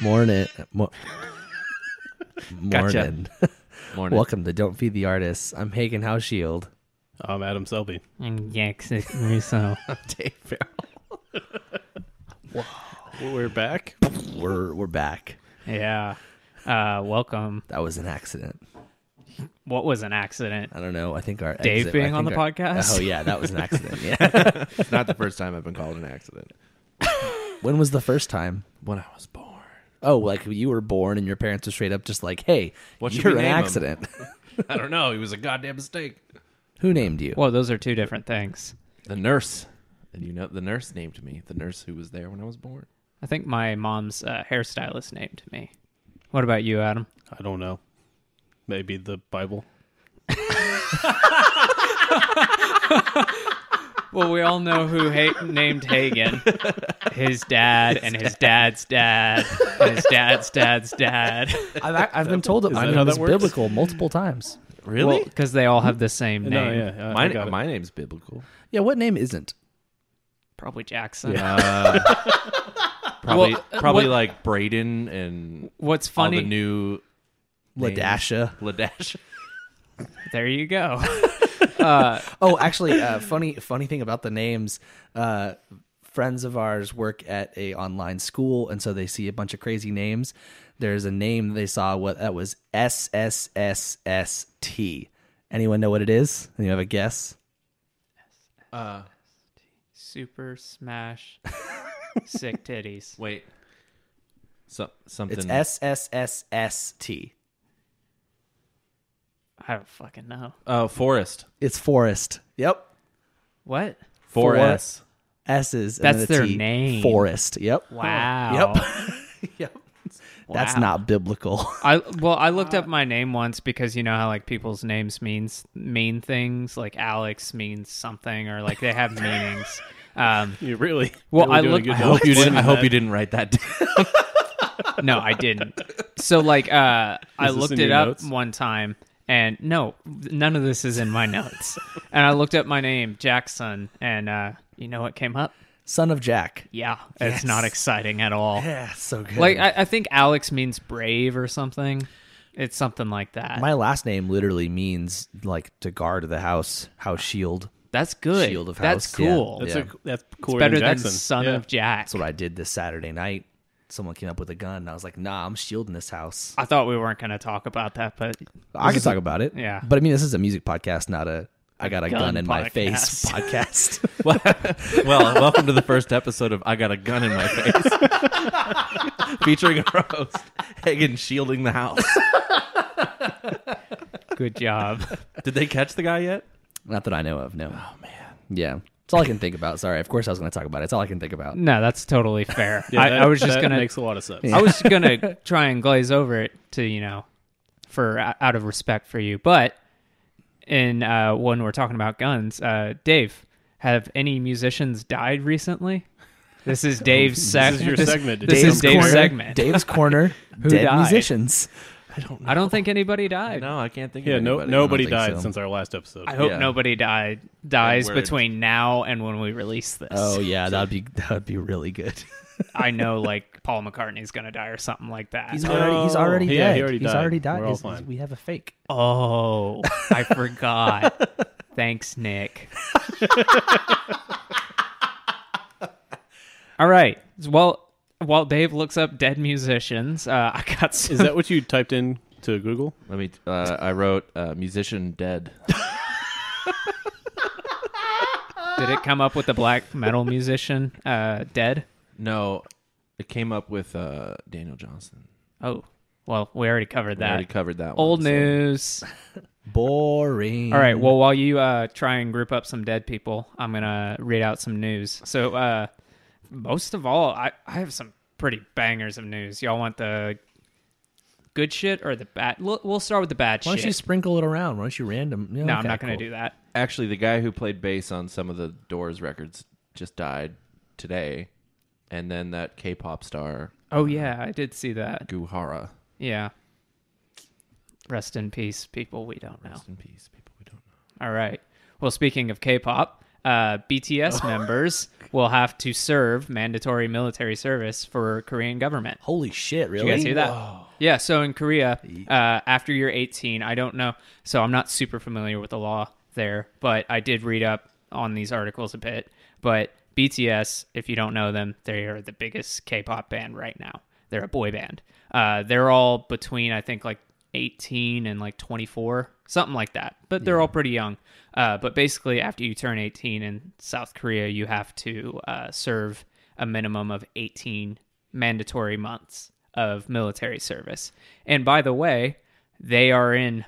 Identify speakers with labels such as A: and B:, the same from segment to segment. A: Morning. Mo-
B: Gotcha.
A: morning.
B: Morning.
A: Welcome to Don't Feed the Artists. I'm Hagen Houseshield.
C: I'm Adam Selby.
D: I'm Jackson Russo.
B: Dave Farrell.
C: We're back.
A: We're we're back.
D: yeah. Uh, welcome.
A: That was an accident.
D: What was an accident?
A: I don't know. I think our
D: Dave
A: exit- I
D: being on
A: think
D: the
A: our-
D: podcast?
A: Oh yeah, that was an accident. Yeah.
B: It's not the first time I've been called an accident.
A: when was the first time?
B: When I was born.
A: Oh, like you were born and your parents were straight up just like, "Hey,
B: What should
A: you're
B: we
A: an
B: name 'em?"
A: accident."
C: I don't know. It was a goddamn mistake.
A: Who named you?
D: Well, those are two different things.
B: The nurse. And you know, the nurse named me. The nurse who was there when I was born.
D: I think my mom's uh, hairstylist named me. What about you, Adam?
C: I don't know. Maybe the Bible.
D: Oh, Well, we all know who ha- named Hagen. His dad and his dad's dad and his dad's dad's dad.
A: I've, ac- I've been told that
C: is
A: my
C: that
A: name
C: how that
A: is
C: works?
A: biblical multiple times.
B: Really? Uh,
D: Because they all have the same name.
C: No, yeah, I, I
B: my,
C: got it.
B: my name's biblical.
A: Yeah, what name isn't?
D: Probably Jackson.
B: Probably,
D: Well, uh,
B: probably
D: what-
B: like Braden and
D: What's
B: all
D: funny?
B: the new names.
A: Ladasha.
B: Ladash.
D: there you go.
A: Oh, actually, uh, funny funny thing about the names. Uh, friends of ours work at a online school, and so they see a bunch of crazy names. There's a name they saw what that was S S S S T. Anyone know what it is? You have a guess?
B: Uh,
D: Super Smash. Sick titties.
B: wait. So, something.
A: It's S S S S T.
D: I don't fucking know.
B: Uh, forest.
A: It's Forest. Yep.
D: What?
A: Four-
B: Four S.
A: S's. and
D: That's
A: then a
D: their
A: T.
D: name.
A: Forest. Yep.
D: Wow.
A: Yep. yep. That's
D: Wow.
A: not biblical.
D: I well, I looked up my name once because you know how like people's names means mean things. Like Alex means something, or like they have meanings. Um,
C: You really.
D: Well,
C: really
D: I
C: doing a
D: look-
C: good
B: I
D: I
C: job
B: hope you didn't. I
C: explaining
B: hope
C: that.
B: you didn't write that down.
D: no, I didn't. So like, uh, I
C: this
D: looked
C: in
D: it
C: your
D: up
C: notes?
D: one time, and no, none of this is in my notes. and I looked up my name, Jackson, and uh, you know what came up?
A: Son of Jack.
D: Yeah, it's not
A: Yes.
D: exciting at all.
A: Yeah, so good.
D: Like I, I think Alex means brave or something. It's something like that.
A: My last name literally means like to guard the house, house shield.
D: That's good.
A: Shield of
D: That's
A: House, yeah.
D: cool.
C: That's
A: Yeah.
C: a, that's Corey
D: Better than
C: Jackson.
D: son
C: Yeah.
D: of Jack.
A: That's what I did this Saturday night. Someone came up with a gun, and I was like, "Nah, I'm shielding this house."
D: I thought we weren't going to talk about that, but
A: I could talk about it,
D: yeah.
A: But I mean, this is a music podcast, not a "I got a gun,
D: Gun
A: in my face" podcast.
B: well, welcome to the first episode of I Got a Gun in My Face, featuring a host Hagen shielding the house.
D: good job.
B: Did they catch the guy yet?
A: not that I know of. No. Oh man. Yeah, it's all I can think about. Sorry. Of course, I was going to talk about it. It's all I can think about.
D: no, that's totally fair.
C: Yeah,
D: I,
C: that-
D: I was just
C: that
D: going to
C: makes a lot of sense.
D: I was going to try and glaze over it to, you know, for out of respect for you, but in uh, when we're talking about guns, uh, Dave, have any musicians died recently? This is Dave's segment.
C: is your segment.
D: This
C: Dave's
D: is Dave's
A: corner,
D: segment.
A: Dave's corner. dead
D: died?
A: musicians.
D: I don't think anybody died.
B: No, I can't think
C: Yeah,
B: of
C: no,
B: anybody.
C: nobody
A: I don't think
C: died
A: so.
C: since our last episode.
D: I hope
A: Yeah.
D: nobody died dies
B: Word.
D: between now and when we release this.
A: Oh yeah, that'd be that'd be really good.
D: I know like Paul McCartney's gonna die or something like that.
A: He's already he's already
C: Yeah,
A: dead.
C: he already
A: he's
C: died.
A: already died.
C: We're all
A: He's- he's-
C: fine.
A: we have a fake.
D: oh, I forgot. Thanks, Nick. All right. Well, while Dave looks up dead musicians, uh, I got some.
C: Is that what you typed in to Google?
B: Let me. Uh, I wrote uh, musician dead.
D: Did it come up with the black metal musician uh, dead?
B: No, it came up with uh, Daniel Johnston.
D: Oh, well, we already covered
B: We
D: that.
B: already covered that.
D: Old
B: one, so-
D: news.
A: Boring.
D: All right. Well, while you uh, try and group up some dead people, I'm gonna read out some news. So, uh, most of all, I, I have some pretty bangers of news. Y'all want the good shit or the bad? We'll, we'll start with the bad
A: Why don't
D: shit.
A: you sprinkle it around? Why don't you random? Yeah,
D: no, I'm
A: okay,
D: not gonna
A: cool.
D: do that.
B: Actually, the guy who played bass on some of the Doors records just died today, and then that K-pop star
D: Oh yeah, I did see that.
B: Guhara.
D: Yeah. Rest in peace, people we don't know.
B: Rest in peace, people we don't know.
D: All right. Well, speaking of K-pop, uh, BTS members will have to serve mandatory military service for Korean government.
A: Holy shit! Really?
D: Did you guys hear that? Yeah. So in Korea, uh, after you're 18, I don't know. So I'm not super familiar with the law there, but I did read up on these articles a bit. But BTS, if you don't know them, they are the biggest K-pop band right now. They're a boy band. Uh, they're all between I think like 18 and like 24, something like that. But they're all pretty young. Uh, but basically, after you turn 18 in South Korea, you have to uh, serve a minimum of 18 mandatory months of military service. And by the way, they are in,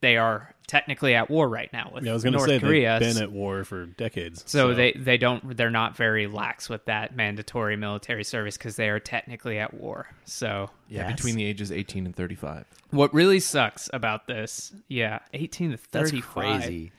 D: they are technically at war right now with
C: Yeah, I was
D: North
C: gonna say
D: Korea.
C: they've been at war for decades.
D: So, they they don't they're not very lax with that mandatory military service because they are technically at war. So
B: Yeah, between the ages 18 and 35.
D: what really sucks about this, yeah, eighteen to
A: That's
D: thirty
A: crazy.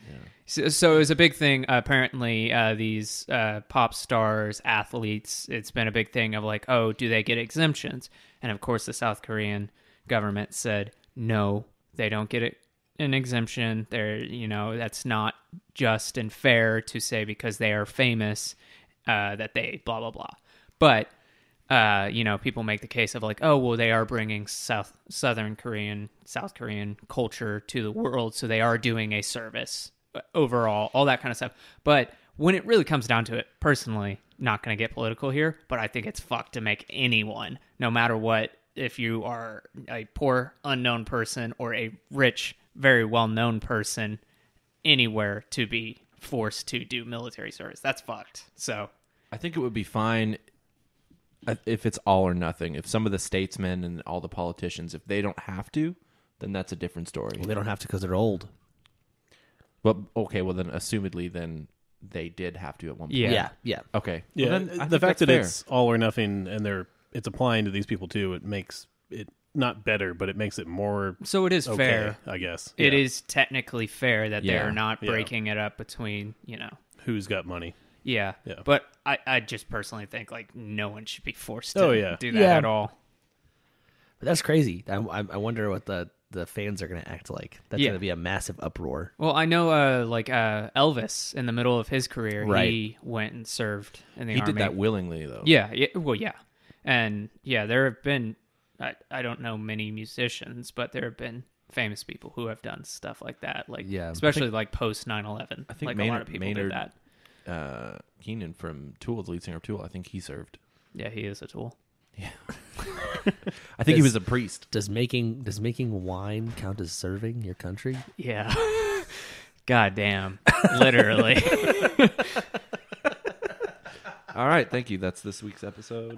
D: So, so it was a big thing. apparently, uh, these uh, pop stars, athletes, it's been a big thing of like, oh, do they get exemptions? And of course, the South Korean government said, no, they don't get it, an exemption. They're, you know, that's not just and fair to say because they are famous uh, that they blah, blah, blah. But uh, you know, people make the case of like, oh, well, they are bringing South Southern Korean, South Korean culture to the world, so they are doing a service uh, overall, all that kind of stuff. But when it really comes down to it, personally, not going to get political here, but I think it's fucked to make anyone, no matter what, if you are a poor unknown person or a rich, very well known person anywhere, to be forced to do military service. That's fucked. So
B: I think it would be fine i- if it's all or nothing. If some of the statesmen and all the politicians, if they don't have to, then that's a different story.
A: Well, they don't have to because they're old.
B: But okay, well then, assumedly, then they did have to at one point.
D: Yeah.
A: Yeah, yeah.
B: Okay.
C: Yeah,
B: Well, then I think
C: the fact
B: that's
C: that
B: fair.
C: it's all or nothing, and they're it's applying to these people too. It makes it not better, but it makes it more
D: so it is
C: okay,
D: fair.
C: I guess.
D: It
C: Yeah.
D: is technically fair that
B: Yeah.
D: they're not
C: Yeah.
D: breaking it up between you know
C: who's got money.
D: yeah,
C: Yeah.
D: but I, I just personally think like no one should be forced to
C: Oh, yeah.
D: do that
A: Yeah.
D: at all
A: But that's crazy. I, I I wonder what the the fans are going to act like. That's
D: Yeah.
A: going to be a massive uproar.
D: well i know uh like uh elvis in the middle of his career
A: Right.
D: he went and served in the
B: He
D: army
B: did that willingly though.
D: yeah, yeah well yeah and yeah there have been I, I don't know many musicians but there have been famous people who have done stuff like that like
A: Yeah. I
D: especially like post 9-11
B: I think
D: like
B: Maynard,
D: a lot of people
B: Maynard
D: did that
B: Uh, Keenan from Tool, the lead singer of Tool, I think he served.
D: yeah he is a tool
B: I think he
A: That's-
B: was a priest.
A: Does making does making wine count as serving your country?
D: Yeah. God damn. Literally.
B: All right, thank you. That's this week's episode.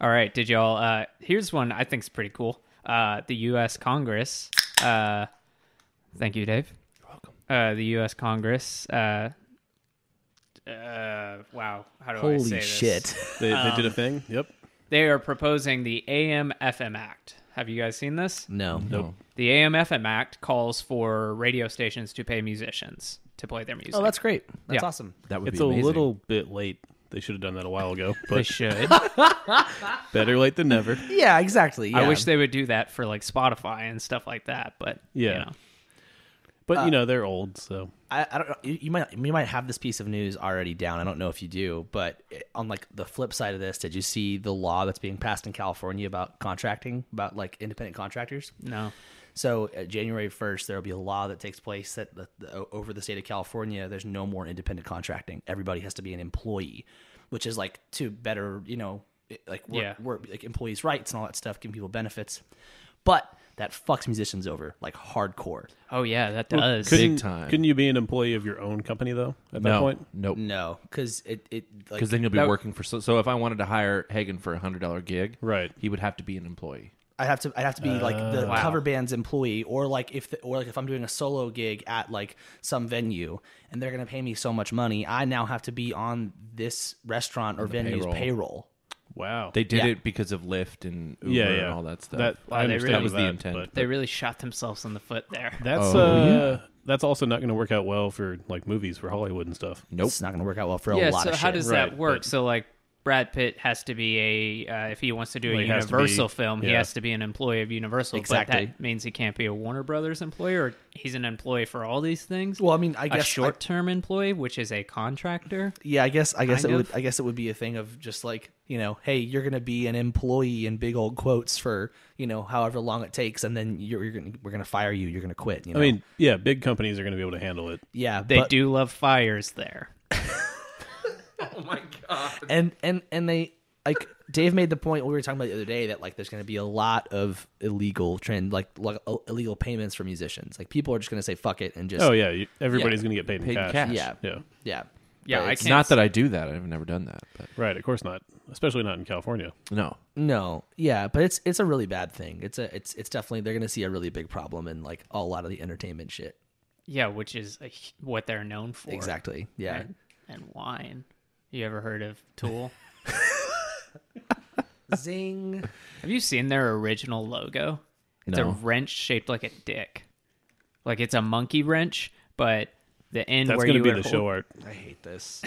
D: All right. Did y'all? Uh, here's one I think's pretty cool. Uh, the U.S. Congress. Uh, thank you, Dave.
B: welcome.
D: Uh, the U.S. Congress. Uh, uh, wow. How do I say
A: Holy
D: this?
A: shit!
C: They, they
D: Um,
C: did a thing. Yep.
D: They are proposing the AM/FM Act. Have you guys seen this?
A: No,
B: No.
D: The AM/FM Act calls for radio stations to pay musicians to play their music.
A: Oh, that's great. That's
D: Yeah.
A: awesome.
B: That would
C: It's
B: be
C: a
B: amazing.
C: little bit late. They should have done that a while ago,
D: they
C: but
D: should.
C: better late than never.
A: Yeah, exactly.
D: I wish they would do that for like Spotify and stuff like that. But yeah,
C: Yeah. But
B: Uh,
C: you know they're old, so
A: I, I don't know. You, you might you might have this piece of news already down. I don't know if you do, but on like the flip side of this, did you see the law that's being passed in California about contracting about like independent contractors?
D: no,
A: So uh, January first, there will be a law that takes place that the, the, o- over the state of California, there's no more independent contracting. Everybody has to be an employee, which is like to better, you know, it- like work,
D: Yeah.
A: work like employees' rights and all that stuff, giving people benefits. But that fucks musicians over like hardcore.
D: oh yeah, that does.
B: Big
C: couldn't,
B: time.
C: Couldn't you be an employee of your own company though? At that
B: no,
C: point,
B: nope.
A: No, because it it like
B: Because then you'll be
D: That-
B: working for so, so. If I wanted to hire Hagen for a hundred dollar gig,
C: Right.
B: he would have to be an employee.
A: I have to I have to be like the
D: Wow.
A: cover band's employee or like if the, or like if I'm doing a solo gig at like some venue and they're going to pay me so much money, I now have to be on this restaurant or venue's
B: payroll.
A: payroll.
C: wow.
B: They did
A: Yeah.
B: it because of Lyft and Uber
C: yeah, yeah,
B: and all that stuff.
C: That,
D: they
C: I understand
D: really-
B: was the
C: that,
B: intent.
C: but-
D: they really shot themselves in the foot there.
C: That's
B: Oh,
C: uh, that's also not going to work out well for like movies for Hollywood and stuff.
B: nope.
A: It's not going to work out well for a
D: yeah.
A: lot
D: So
A: of
D: how
A: shit.
D: does
C: Right,
D: that work?
C: but-
D: So like Brad Pitt has to be a uh, if he wants to do a
C: Well, he has to
D: Universal
C: be-
D: film, he
C: yeah.
D: has to be an employee of Universal.
A: Exactly.
D: But that means he can't be a Warner Brothers employee, or he's an employee for all these things.
A: Well, I mean, I
D: a
A: guess
D: short term employee, which is a contractor.
A: yeah, I guess I guess
D: Kind
A: it would
D: of.
A: I guess it would be a thing of just like you know, hey, you're gonna be an employee in big old quotes for you know however long it takes, and then you're, you're gonna we're gonna fire you. You're gonna quit. You know?
C: I mean, yeah, big companies are going to be able to handle it.
A: yeah,
D: They
A: but-
D: do love fires there.
A: and and and they like Dave made the point we were talking about the other day that like there's going to be a lot of illegal trend like lo- uh, illegal payments for musicians. Like people are just going to say fuck it and just
C: Oh yeah, you, everybody's going to get paid,
B: Paid in
C: in cash.
B: cash.
A: yeah
C: Yeah,
A: yeah
D: Yeah,
A: But
D: I
A: it's-
D: can't.
B: Not that I do that. I've never done that. But
C: right. Of course not, especially not in California.
B: no.
A: no yeah but it's it's a really bad thing. It's a it's it's definitely they're going to see a really big problem in like a lot of the entertainment shit.
D: Yeah, which is a, what they're known for.
A: Exactly. Yeah.
D: And, and wine. You ever heard of Tool?
A: Zing.
D: Have you seen their original logo? It's a
B: No.
D: wrench shaped like a dick. Like it's a monkey wrench, but the end
C: That's
D: where
C: going
D: you
C: to be
D: would
C: the
D: hold,
C: show art.
A: I hate this.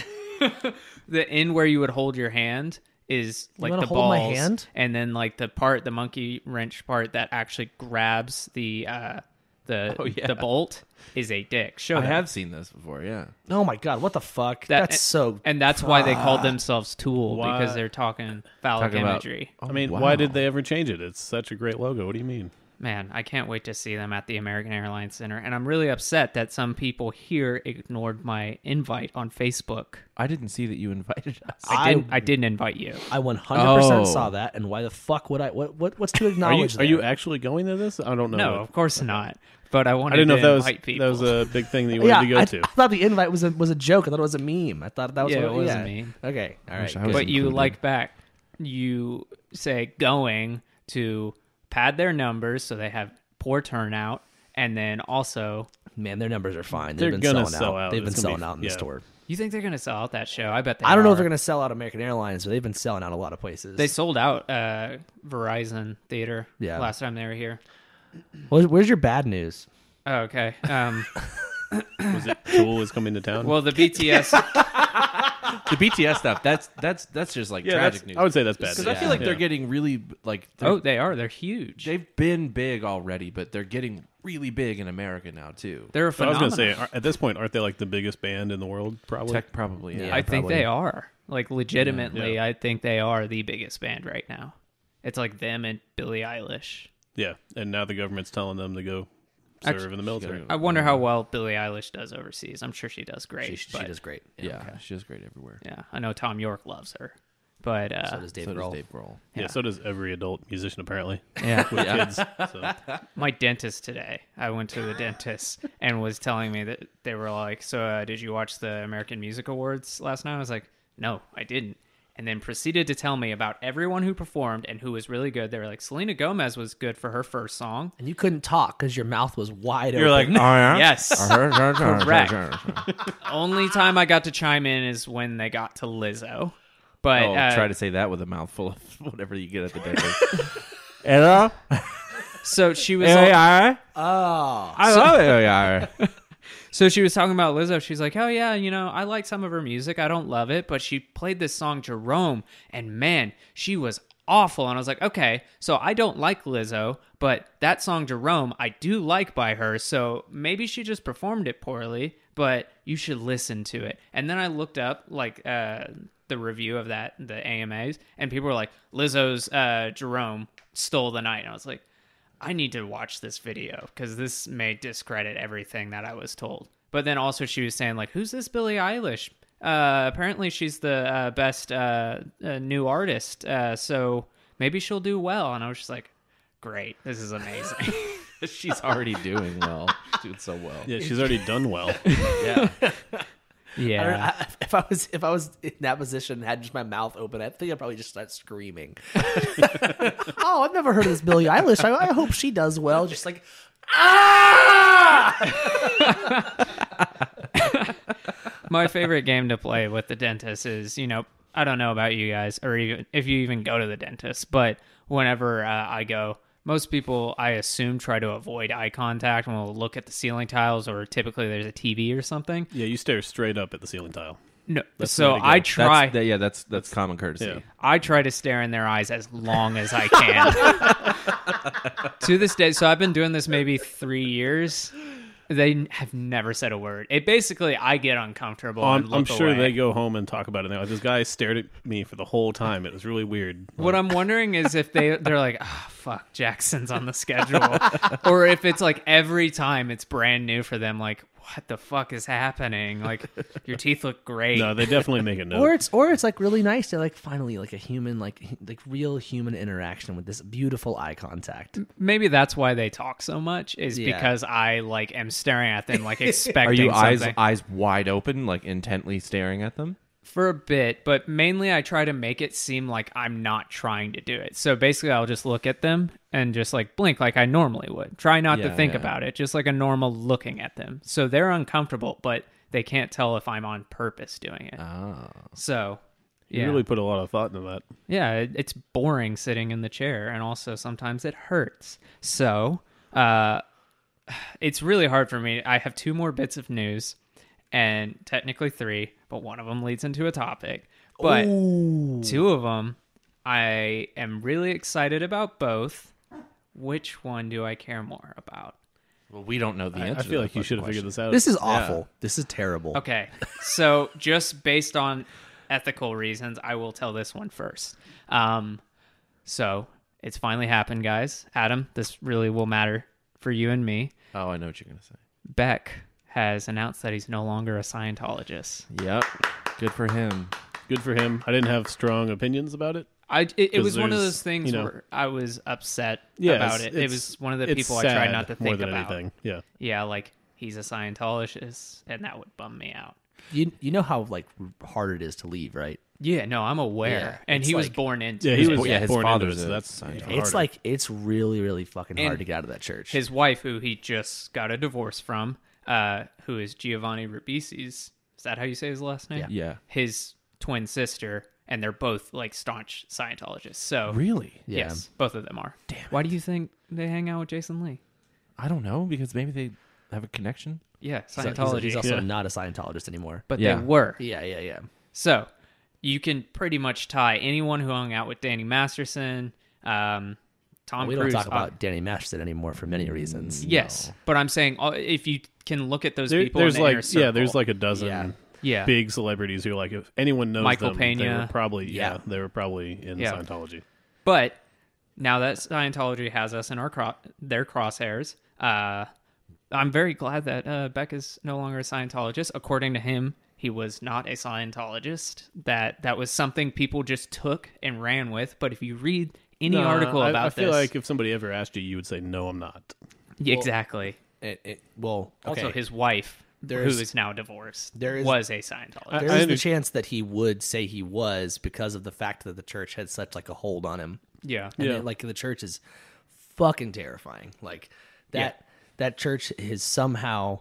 D: the end where you would hold your hand is like
A: wanna
D: the
A: hold my
D: balls,
A: hand?
D: and then like the part, the monkey wrench part that actually grabs the uh, the
C: Oh,
B: yeah.
D: the bolt is a dick. Show
B: I
D: them.
B: have seen this before. Yeah.
A: Oh my god, what the fuck?
D: That-
A: That's so
D: and that's why they called themselves Tool
C: Why-
D: because they're talking phallic
B: Talking about-
D: imagery.
B: Oh,
C: I mean,
B: wow.
C: why did they ever change it? It's such a great logo. What do you mean?
D: Man, I can't wait to see them at the American Airlines Center. And I'm really upset that some people here ignored my invite on Facebook.
B: I didn't see that you invited us.
D: I, didn't I didn't invite you.
A: I 100%
B: Oh.
A: saw that and why the fuck would I what, what what's to
C: Are you
A: acknowledge
C: are you
A: there?
C: actually going to this? I don't know.
D: No, of course not. But I wanted
C: I didn't know
D: to
C: if that was
D: invite people.
C: that was a big thing that you wanted to go
A: I,
C: to.
A: I thought the invite was a was a joke. I thought it was a meme. I thought that was
D: Yeah,
A: what
D: it was a meme.
A: Okay, all right.
B: wish I
A: good.
B: was-
D: but you
B: included.
D: like back. You say going to pad their numbers so they have poor turnout. And then also,
A: Man, their numbers are fine. They've
C: They're
A: been
C: gonna
A: selling
C: sell
A: out.
C: out.
A: They've been
C: It's gonna
A: selling
C: be-
A: out in
C: yeah.
A: the store.
D: you think they're going to sell out that show? I bet they
A: I don't know if
D: are.
A: they're going to sell out American Airlines, but they've been selling out a lot of places.
D: They sold out uh, Verizon Theater
A: Yeah.
D: last time they were here.
A: Where's, where's your bad news?
D: Oh, okay. Um,
C: Was it Tool is coming to town?
D: well, the BTS
B: the BTS stuff. That's that's that's just like
C: yeah,
B: tragic
C: that's-
B: news.
C: I would say that's bad.
B: because I
C: news.
B: feel like they're
C: Yeah.
B: getting really like they're-
D: oh, they are. They're huge. They,
B: they've been big already, but they're getting really big in America now too.
D: are a
C: But I
D: phenomenon.
C: was
D: I,
C: going to say, are- at this point, aren't they like the biggest band in the world? Probably.
B: Tech probably. Yeah.
A: Yeah.
D: think
A: probably.
D: they are. Like legitimately,
C: Yeah.
D: I think they are the biggest band right now. It's like them and Billie Eilish.
C: Yeah, and now the government's telling them to go serve
D: Actu-
C: in the military.
D: I wonder how well Billie Eilish does overseas. I'm sure she does great.
A: She, she
D: but-
A: does great.
B: Yeah, she does great everywhere.
D: Yeah, I know Tom York loves her, but uh,
A: So does Dave
B: so does
A: Grohl.
B: Dave Grohl.
C: Yeah. so does every adult musician apparently.
D: yeah.
C: With kids. So.
D: my dentist today. I went to the dentist and was telling me that they were like, "So, uh, did you watch the American Music Awards last night?" I was like, "No, I didn't." And then proceeded to tell me about everyone who performed and who was really good. They were like, "Selena Gomez was good for her first song."
A: And you couldn't talk because your mouth was wide
B: You're like,
A: open.
D: Yes.
B: correct.
D: Only time I got to chime in is when they got to Lizzo. But
B: Oh,
D: uh,
B: try to say that with a mouthful of whatever you get at the dentist.
D: so she was all-
B: AI,
A: oh,
B: I love AI.
D: So she was talking about Lizzo. She's like, "Oh yeah, you know, I like some of her music. I don't love it, but she played this song Jerome, and man, she was awful." And I was like, "Okay, so I don't like Lizzo, but that song Jerome, I do like by her. So maybe she just performed it poorly, but you should listen to it." And then I looked up like uh, the review of that the AMAs, and people were like, "Lizzo's uh, Jerome stole the night," and I was like. I need to watch this video because this may discredit everything that I was told. But then also she was saying like, who's this Billie Eilish? Uh, apparently she's the uh, best uh, uh, new artist, uh, so maybe she'll do well. And I was just like, great, this is amazing.
B: She's already doing well. She's doing so well.
C: Yeah, she's already done well.
A: I don't-
D: yeah,
A: I- if I was if I was in that position and had just my mouth open, I think I'd probably just start screaming. oh, I've never heard of this Billie Eilish. I, I hope she does well. Just like ah,
D: my favorite game to play with the dentist is you know I don't know about you guys or even if you even go to the dentist, but whenever uh, I go. Most people, I assume, try to avoid eye contact and will look at the ceiling tiles, or typically there's a TV or something.
C: yeah, you stare straight up at the ceiling tile.
D: No,
C: That's the
D: so
C: way to go.
D: I
C: That's
D: try.
B: That, yeah, that's that's common courtesy.
C: Yeah.
D: I try to stare in their eyes as long as I can. to this day, so I've been doing this maybe three years. They n- have never said a word. It basically, Oh, I get uncomfortable. and
C: Oh, I'm,
D: look
C: I'm sure
D: away.
C: they go home and talk about it. Now. This guy stared at me for the whole time. It was really weird.
D: What I'm wondering is if they they're like, oh, fuck, Jackson's on the schedule, or if it's like every time it's brand new for them. Like, what the fuck is happening? Like, your teeth look great.
C: No, they definitely make a note.
A: Or it's or it's like really nice to like finally like a human like hu- like real human interaction with this beautiful eye contact.
D: Maybe that's why they talk so much. Is
A: Yeah.
D: because I like am staring at them like expecting.
B: Are you eyes
D: something.
B: eyes wide open, like intently staring at them?
D: for a bit, but mainly I try to make it seem like I'm not trying to do it. So basically, I'll just look at them and just like blink like I normally would. Try not to
B: Yeah,
D: think
B: yeah.
D: about it, just like a normal looking at them. So they're uncomfortable, but they can't tell if I'm on purpose doing it.
B: Ah.
D: So,
C: You
D: yeah.
C: really put a lot of thought into that.
D: Yeah, it- it's boring sitting in the chair, and also sometimes it hurts. So, uh, it's really hard for me. I have two more bits of news, and technically three, but one of them leads into a topic. But two of them, I am really excited about both. Which one do I care more about?
B: Well, we don't know the
C: I,
B: answer.
C: I feel like you should have figured this out.
A: This is awful. This is terrible.
D: Okay. So, just based on ethical reasons, I will tell this one first. Um, so, it's finally happened, guys. Adam, this really will matter for you and me.
B: Oh, I know what you're gonna say.
D: Beck has announced that he's no longer a Scientologist.
B: Yep. Good for him.
C: Good for him. I didn't have strong opinions about it.
D: I, it, it
C: 'Cause
D: was one of
C: there's,
D: those things
C: you know-
D: where I was upset
C: Yeah,
D: about
C: it's-
D: it. It
C: it's-
D: was one of the
C: it's
D: people I tried
C: sad
D: not to
C: more
D: think
C: than
D: about.
C: anything. Yeah,
D: Yeah, like he's a Scientologist, and that would bum me out.
A: You you know how like hard it is to leave, right?
D: Yeah, no, I'm aware.
A: Yeah,
D: and
A: it's
D: he was
A: like-
D: born into
C: yeah.
D: it.
C: He
B: bo-
C: was
B: yeah, his
C: born into
B: father's
C: it, so
B: a
C: that's
B: Scientologist.
C: even
A: It's
C: harder.
A: like it's really really fucking hard to get out of that church.
D: his wife, who he just got a divorce from, uh, who is Giovanni Ribisi's. Is that how you say his last name?
B: Yeah.
D: His twin sister, and they're both like staunch Scientologists. So
B: Really?
A: Yeah.
D: yes, both of them are. Damn. Why do you think they hang out with Jason Lee?
B: I don't know because maybe they have a connection.
D: Yeah,
A: He's a- he's a-
D: Scientology.
A: He's, also
C: Yeah.
A: not a Scientologist anymore.
D: but
B: Yeah.
D: they were.
A: Yeah, yeah, yeah.
D: So you can pretty much tie anyone who hung out with Danny Masterson, um, Tom
A: we don't
D: Cruise.
A: talk
D: uh, Mm,
A: about Danny Masterson anymore for many reasons.
D: yes, but I'm saying uh, if you can look at those
C: There-
D: people, in
C: there's
D: the
C: like
D: inner
C: yeah, there's
D: circle-
C: like a dozen
A: Yeah.
D: yeah.
C: big celebrities who like if anyone knows
D: Michael
C: them, they were
D: Pena.
C: probably yeah,
A: Yeah.
C: they were probably in
D: Yeah.
C: Scientology.
D: But now that Scientology has us in our cro- their crosshairs, uh, I'm very glad that uh, Beck is no longer a Scientologist. According to him, he was not a Scientologist. That that was something people just took and ran with. But if you read any
C: Nah,
D: article
C: I-
D: about
C: I feel
D: this,
C: like if somebody ever asked you, you would say no, I'm not.
D: Yeah, exactly.
A: It, it, well, okay.
D: Also, his wife,
A: There's-
D: who is now divorced,
A: there is-
D: was a Scientologist.
A: there is
C: I
A: the
C: under-
A: chance that he would say he was because of the fact that the church had such like a hold on him.
D: yeah.
A: And
C: Yeah.
A: it- like the church is fucking terrifying. Like that that church is somehow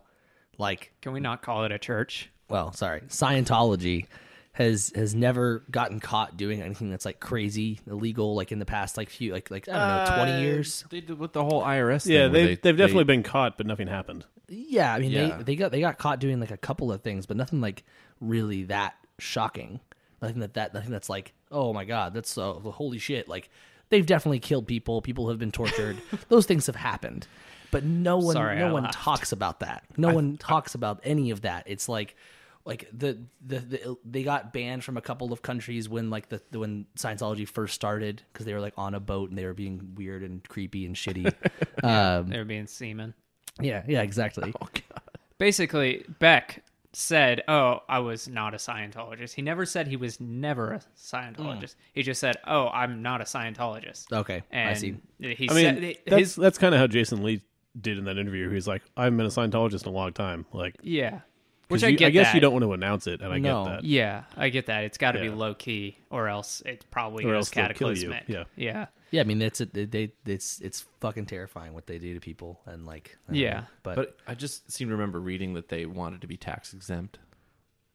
A: like
D: Can we not call it a church?
A: well, sorry, Scientology has has never gotten caught doing anything that's like crazy illegal like in the past like few like like I don't know 20 years.
B: They did with the whole IRS.
C: Yeah,
B: thing where
C: they, they, have definitely been caught, but nothing happened.
A: Yeah, I mean
B: Yeah.
A: they they got they got caught doing like a couple of things, but nothing like really that shocking. Nothing that that nothing that's like oh my god, that's so holy shit. Like they've definitely killed people. People have been tortured. Those things have happened, but no one
D: Sorry,
A: no
D: I
A: one
D: laughed.
A: talks about that. No one talks about any of that. It's like like the, the the they got banned from a couple of countries when like the when Scientology first started because they were like on a boat and they were being weird and creepy and shitty. um,
D: They're being semen.
A: yeah, yeah, exactly.
D: basically Beck said, "Oh, I was not a Scientologist." He never said he was never a Scientologist. He just said, "Oh, I'm not a Scientologist."
A: Okay,
D: and
A: I see.
D: He
C: I mean,
D: said
C: that's
D: his
C: that's kind of how Jason Lee did in that interview. He's like, I've been a Scientologist in a long time. Like, 'cause
D: yeah, which
C: you-
D: I get.
C: guess
D: that.
C: you don't want to announce it, and I
A: No.
C: get that.
D: Yeah, I get that. It's got to be
C: Yeah.
D: low key, or else it's probably
C: Or
D: goes
C: else they'll kill you.
D: cataclysmic.
C: Yeah.
D: yeah.
A: Yeah, I mean it's a, they it's it's fucking terrifying what they do to people and like I don't know,
D: Yeah.
A: but,
B: But I just seem to remember reading that they wanted to be tax exempt,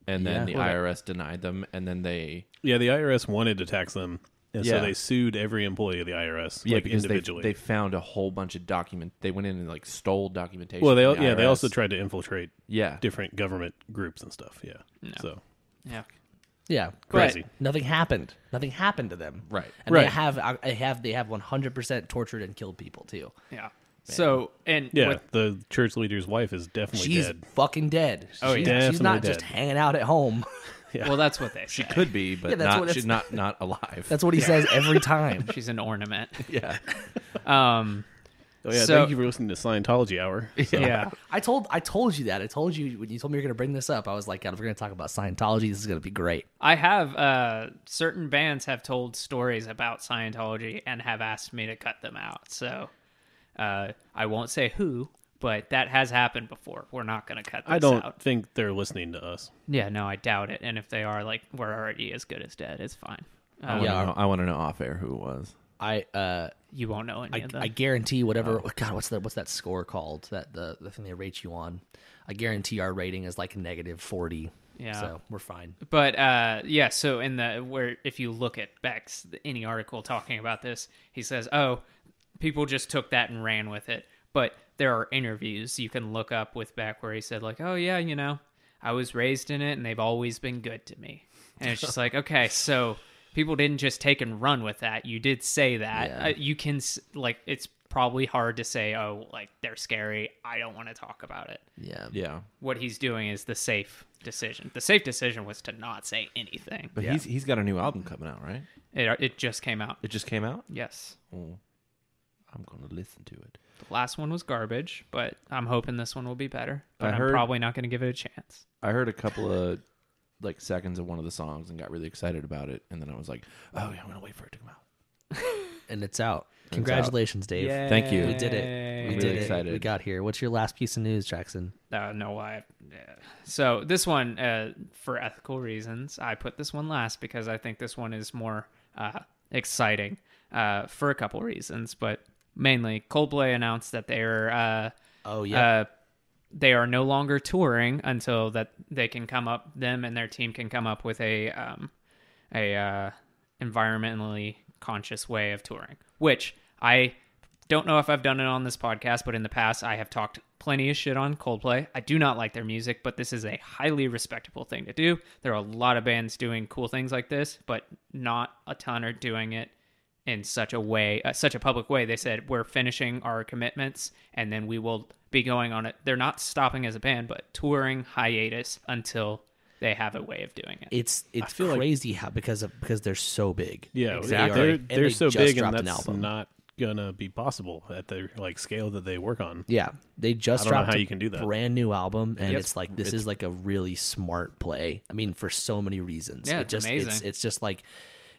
B: and then
A: Yeah. Well,
B: the IRS denied them, and then they
C: Yeah, the IRS wanted to tax them, and
B: Yeah.
C: so they sued every employee of the IRS,
B: yeah
C: like
B: because they
C: individually.
B: they found a whole bunch of document. They went in and like stole documentation.
C: well, they
B: from the
C: yeah, they
B: IRS.
C: also tried to infiltrate
B: yeah
C: different government groups and stuff. Yeah, so
D: Yeah.
A: Yeah,
C: Crazy.
A: but Nothing happened. Nothing happened to them.
B: Right.
A: And they
C: Right.
A: have uh, they have they have 100% tortured and killed people too.
D: Yeah. So and
C: Yeah,
D: with-
C: the church leader's wife is definitely
A: she's
C: dead.
A: fucking dead.
D: Oh,
A: she's,
C: yeah.
A: she's not
C: Definitely
A: just
C: dead.
A: hanging out at home.
D: well, that's what they
B: She
D: say.
B: could be, but
A: Yeah, that's what
B: not
A: it's-
B: she's not not alive.
A: That's what he says every time.
D: She's an ornament.
B: yeah.
D: Um.
C: Oh yeah,
D: So-
C: thank you for listening to Scientology Hour.
D: Yeah.
A: I told I told you that. I told you when you told me you're going to bring this up. I was like, God, if we're going to talk about Scientology, this is going to be great.
D: I have uh, certain bands have told stories about Scientology and have asked me to cut them out. So uh, I won't say who, but that has happened before. We're not going to cut this
C: I don't
D: out.
C: think they're listening to us.
D: Yeah, no, I doubt it. And if they are, like, we're already as good as dead. It's fine.
B: I
D: Uh,
B: want to
A: Yeah.
B: know. I want to know off air who it was.
A: I uh
D: You won't know any
A: I,
D: of them.
A: I guarantee whatever God, what's that what's that score called? That the the thing they rate you on. I guarantee our rating is like negative 40.
D: Yeah.
A: So, we're fine.
D: but uh, yeah, so in the where if you look at Beck's any article talking about this, he says, "Oh, people just took that and ran with it." But there are interviews you can look up with Beck where he said like, "Oh yeah, you know, I was raised in it and they've always been good to me." And it's just like, okay, so people didn't just take and run with that. You did say that.
A: Yeah.
D: Uh, you can s- like it's probably hard to say, "Oh, like they're scary. I don't want to talk about it."
A: Yeah.
B: Yeah.
D: what he's doing is the safe decision. The safe decision was to not say anything.
B: But he's he's got a new album coming out, right?
D: It, it just came out.
B: It just came out.
D: Yes.
B: Oh, I'm gonna listen to it.
D: The last one was garbage, but I'm hoping this one will be better. But
B: I
D: I'm
B: heard-
D: probably not going to give it a chance.
B: I heard a couple of like seconds of one of the songs and got really excited about it, and then I was like, "Oh yeah, I'm gonna wait for it to come out."
A: And it's out. Congratulations, Dave.
B: Thank you.
A: We did it.
D: Yay.
A: We
B: I'm
A: did
B: really
A: it.
B: excited.
A: We got here. What's your last piece of news, Jackson?
D: Uh, no, why? yeah. So this one, uh, for ethical reasons, I put this one last because I think this one is more uh, exciting uh, for a couple reasons, but mainly Coldplay announced that they're uh,
A: Oh yeah.
D: uh, they are no longer touring until that they can come up them and their team can come up with a um, a uh, environmentally conscious way of touring which i don't know if i've done it on this podcast but in the past i have talked plenty of shit on coldplay i do not like their music but this is a highly respectable thing to do there are a lot of bands doing cool things like this but not a ton are doing it in such a way, uh, such a public way. They said we're finishing our commitments, and then we will be going on it. They're not stopping as a band, but touring hiatus until they have a way of doing it.
A: it's it's
C: feel like-
A: crazy how because of because they're so big.
C: Yeah,
A: Exactly.
C: They're,
A: And
C: they're
A: they
C: so
A: just
C: big, and
A: dropped an
C: that's
A: album.
C: not gonna be possible at the like scale that they work on.
A: Yeah, they just
C: I don't know
A: dropped
C: how
A: a
C: you can do that.
A: brand new album, and
D: Yep.
A: it's like this is like a really smart play. I mean, for so many reasons.
D: Yeah,
A: it
D: it's
A: just It's,
D: amazing.
A: it's just like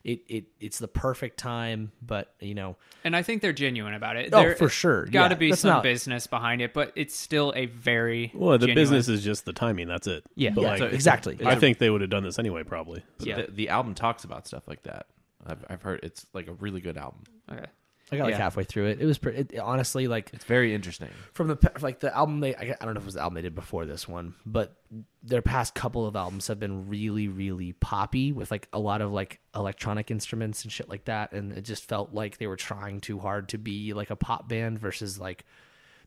A: it, it it's the perfect time, but you know,
D: And I think they're genuine about it.
A: Oh,
D: There-
A: for sure.
D: Got to
A: Yeah,
D: be
A: that's
D: some
A: not-
D: business behind it, but it's still a very
C: Well, the
D: genuine-
C: business is just the timing. That's it.
D: Yeah.
C: But,
D: Yeah,
C: like,
A: so exactly.
C: I think they would have done this anyway, probably.
D: Yeah.
B: The, the album talks about stuff like that. I've I've heard it's like a really good album.
D: Okay.
A: I got like
D: Yeah.
A: halfway through it. It was pretty. It, honestly, like
B: It's very interesting.
A: from the pa- like the album they I, I don't know if it was the album they did before this one, but their past couple of albums have been really really poppy with like a lot of like electronic instruments and shit like that, and it just felt like they were trying too hard to be like a pop band versus like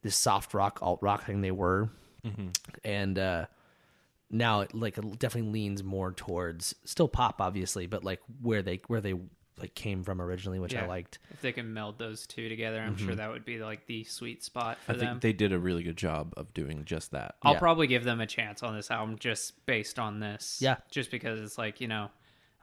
A: this soft rock alt rock thing they were, and uh, now it like it definitely leans more towards still pop obviously, but like where they where they like came from originally, which I
D: Yeah.
A: liked.
D: If they can meld those two together,
C: Mm-hmm.
D: I'm sure that would be like the sweet spot for
B: I
D: them.
B: think they did a really good job of doing just that.
D: I'll
A: Yeah.
D: probably give them a chance on this album just based on this.
A: Yeah.
D: Just because it's like, you know,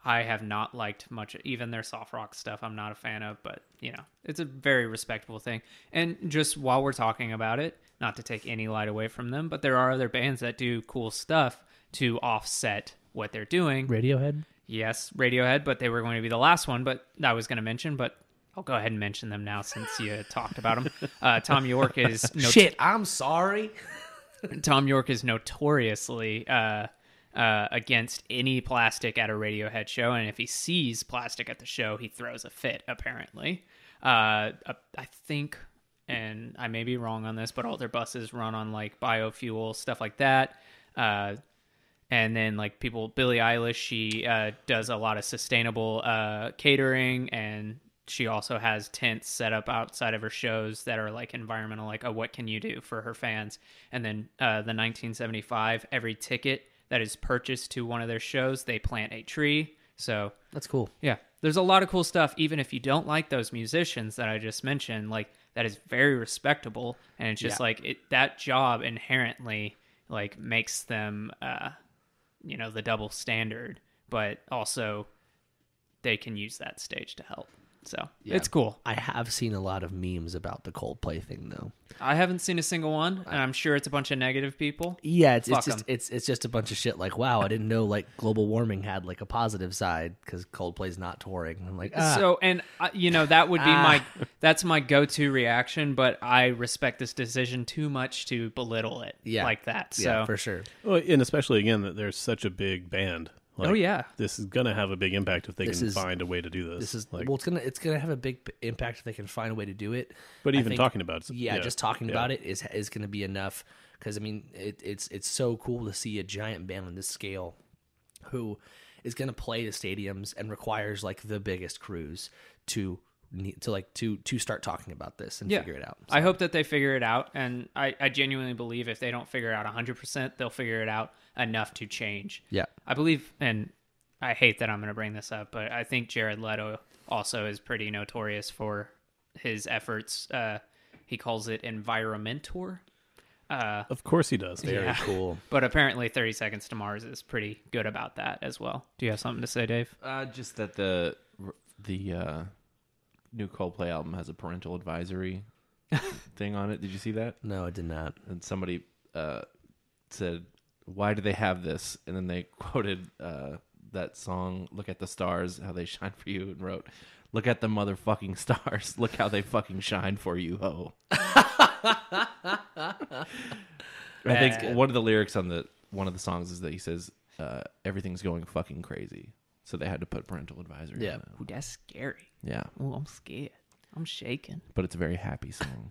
D: I have not liked much, even their soft rock stuff, I'm not a fan of, but, you know, it's a very respectable thing. And just while we're talking about it, not to take any light away from them, but there are other bands that do cool stuff to offset what they're doing.
A: Radiohead.
D: Yes, Radiohead, but they were going to be the last one, but I was going to mention, but I'll go ahead and mention them now since you talked about them. Uh, Tom York is notorious.
A: Shit, I'm sorry.
D: Tom York is notoriously uh, uh, against any plastic at a Radiohead show, and if he sees plastic at the show, he throws a fit. Apparently, uh, uh, I think, and I may be wrong on this, but all their buses run on like biofuel stuff like that. Uh, and then like people, Billie Eilish, she uh, does a lot of sustainable uh, catering and. She also has tents set up outside of her shows that are like environmental, like, oh, what can you do for her fans? And then uh, the 1975, every ticket that is purchased to one of their shows. They plant a tree. So
A: That's cool.
D: yeah, there's a lot of cool stuff. Even if you don't like those musicians that I just mentioned, like that is very respectable, and it's just
A: Yeah.
D: like it, that job inherently like makes them, uh, you know, the double standard, but also they can use that stage to help. So it's cool.
A: I have seen a lot of memes about the Coldplay thing though.
D: I haven't seen a single one, and I'm sure it's a bunch of negative people.
A: Yeah, it's,
D: Fuck
A: it's just
D: 'em.
A: it's it's just a bunch of shit. Like, wow, I didn't know like global warming had like a positive side because Coldplay's not touring. And I'm like, ah,
D: So, and uh, you know that would be my that's my go-to reaction, but I respect this decision too much to belittle it
A: yeah,
D: like that. So
A: yeah, for sure.
C: Well, and especially again that there's such a big band. Like,
D: Oh, yeah.
C: this is gonna have a big impact if they
A: This
C: can
A: is-
C: find a way to do this.
A: This is
C: like,
A: well, it's gonna it's gonna have a big p- impact if they can find a way to do it.
C: but
A: I
C: even
A: think-
C: talking about it,
A: yeah, just talking
C: yeah.
A: about it is is gonna be enough. Because I mean, it, it's it's so cool to see a giant band on this scale who is going to play to stadiums and requires like the biggest crews to ne- to like to to start talking about this and
D: yeah.
A: figure it out.
D: I hope that they figure it out, and I, I genuinely believe if they don't figure it out 100, percent they'll figure it out enough to change.
A: Yeah.
D: I believe, and I hate that I'm going to bring this up, but I think Jared Leto also is pretty notorious for his efforts. Uh, he calls it environmentor. Uh,
C: Of course he does.
A: Very cool.
D: But apparently, 30 Seconds to Mars is pretty good about that as well. Do you have something to say, Dave?
B: Uh, just that the the uh, new Coldplay album has a parental advisory thing on it. Did you see that?
A: No, I did not.
B: And somebody uh, said, "Why do they have this?" And then they quoted uh, that song, "Look at the stars, how they shine for you," and wrote, "Look at the motherfucking stars. Look how they fucking shine for you, ho." I think one of the lyrics on the one of the songs is that he says, uh, "Everything's going fucking crazy." So they had to put parental advisory.
A: Yeah.
B: on that.
D: Ooh, that's scary.
B: Yeah,
D: Oh, I'm scared. I'm shaking.
B: but it's a very happy song.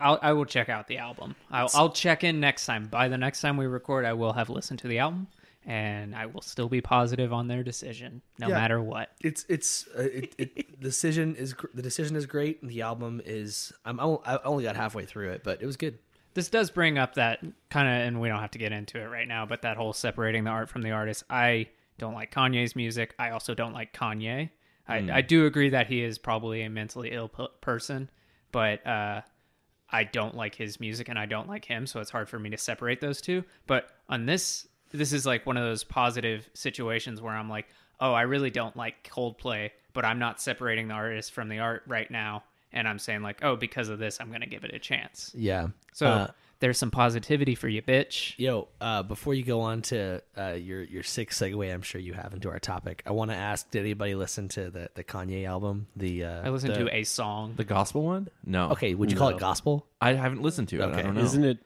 D: I'll, I will check out the album. I'll, I'll check in next time. By the next time we record, I will have listened to the album, and I will still be positive on their decision, no
A: Yeah.
D: matter what.
A: it's it's uh, it, it, the decision is gr- the decision is great. and The album is I'm I on- I only got halfway through it, but it was good.
D: This does bring up that kind of, and we don't have to get into it right now, but that whole separating the art from the artist. I don't like Kanye's music. I also don't like Kanye. I, I do agree that he is probably a mentally ill p- person, but uh, I don't like his music and I don't like him, so it's hard for me to separate those two. But on this, this is like one of those positive situations where I'm like, oh, I really don't like Coldplay, but I'm not separating the artist from the art right now. And I'm saying like, oh, because of this, I'm gonna give it a chance.
A: Yeah. Uh,
D: So there's some positivity for you, bitch.
A: Yo, uh, before you go on to uh, your your sixth segue, I'm sure you have into our topic. I want to ask: Did anybody listen to the, the Kanye album? The uh,
D: I listened to a song.
B: The gospel one? No.
A: okay, would you call it gospel?
B: I haven't listened to it. I
A: Okay.
B: don't know.
C: Isn't it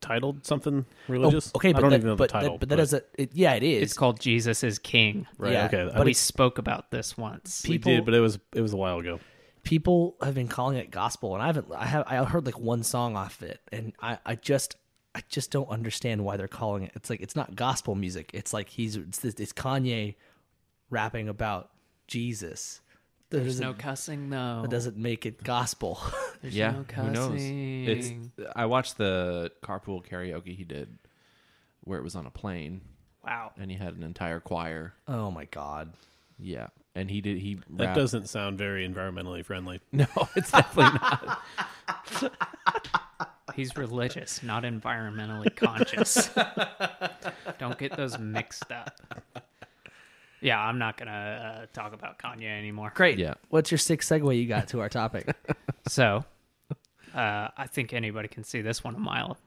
C: titled something
A: Oh,
C: religious?
A: okay, but
C: I don't
A: that,
C: even know the
A: but
C: title.
A: that, but that doesn't. It, yeah, it is.
D: it's called Jesus is King.
C: right.
A: yeah,
C: okay,
A: but
D: we
A: it's-
D: spoke about this once.
C: we
A: people-
C: did, but it was it was a while ago.
A: people have been calling it gospel and i haven't i have i heard like one song off it and i i just i just don't understand why they're calling it it's like it's not gospel music it's like he's it's, this- it's kanye rapping about jesus there's
D: no cussing though.
A: it doesn't make it gospel
D: There's
B: Yeah,
D: no
B: who knows?
D: cussing.
B: It's. I watched the carpool karaoke he did, where it was on a plane,
D: wow.
B: and he had an entire choir.
A: oh my god
B: Yeah, and he did. He
C: That
B: rapped-
C: doesn't sound very environmentally friendly.
B: No, it's definitely not.
D: He's religious, not environmentally conscious. Don't get those mixed up. Yeah, I'm not gonna uh, talk about Kanye anymore.
A: great
B: Yeah.
A: what's your sixth segue you got to our topic
D: So, uh, I think anybody can see this one a mile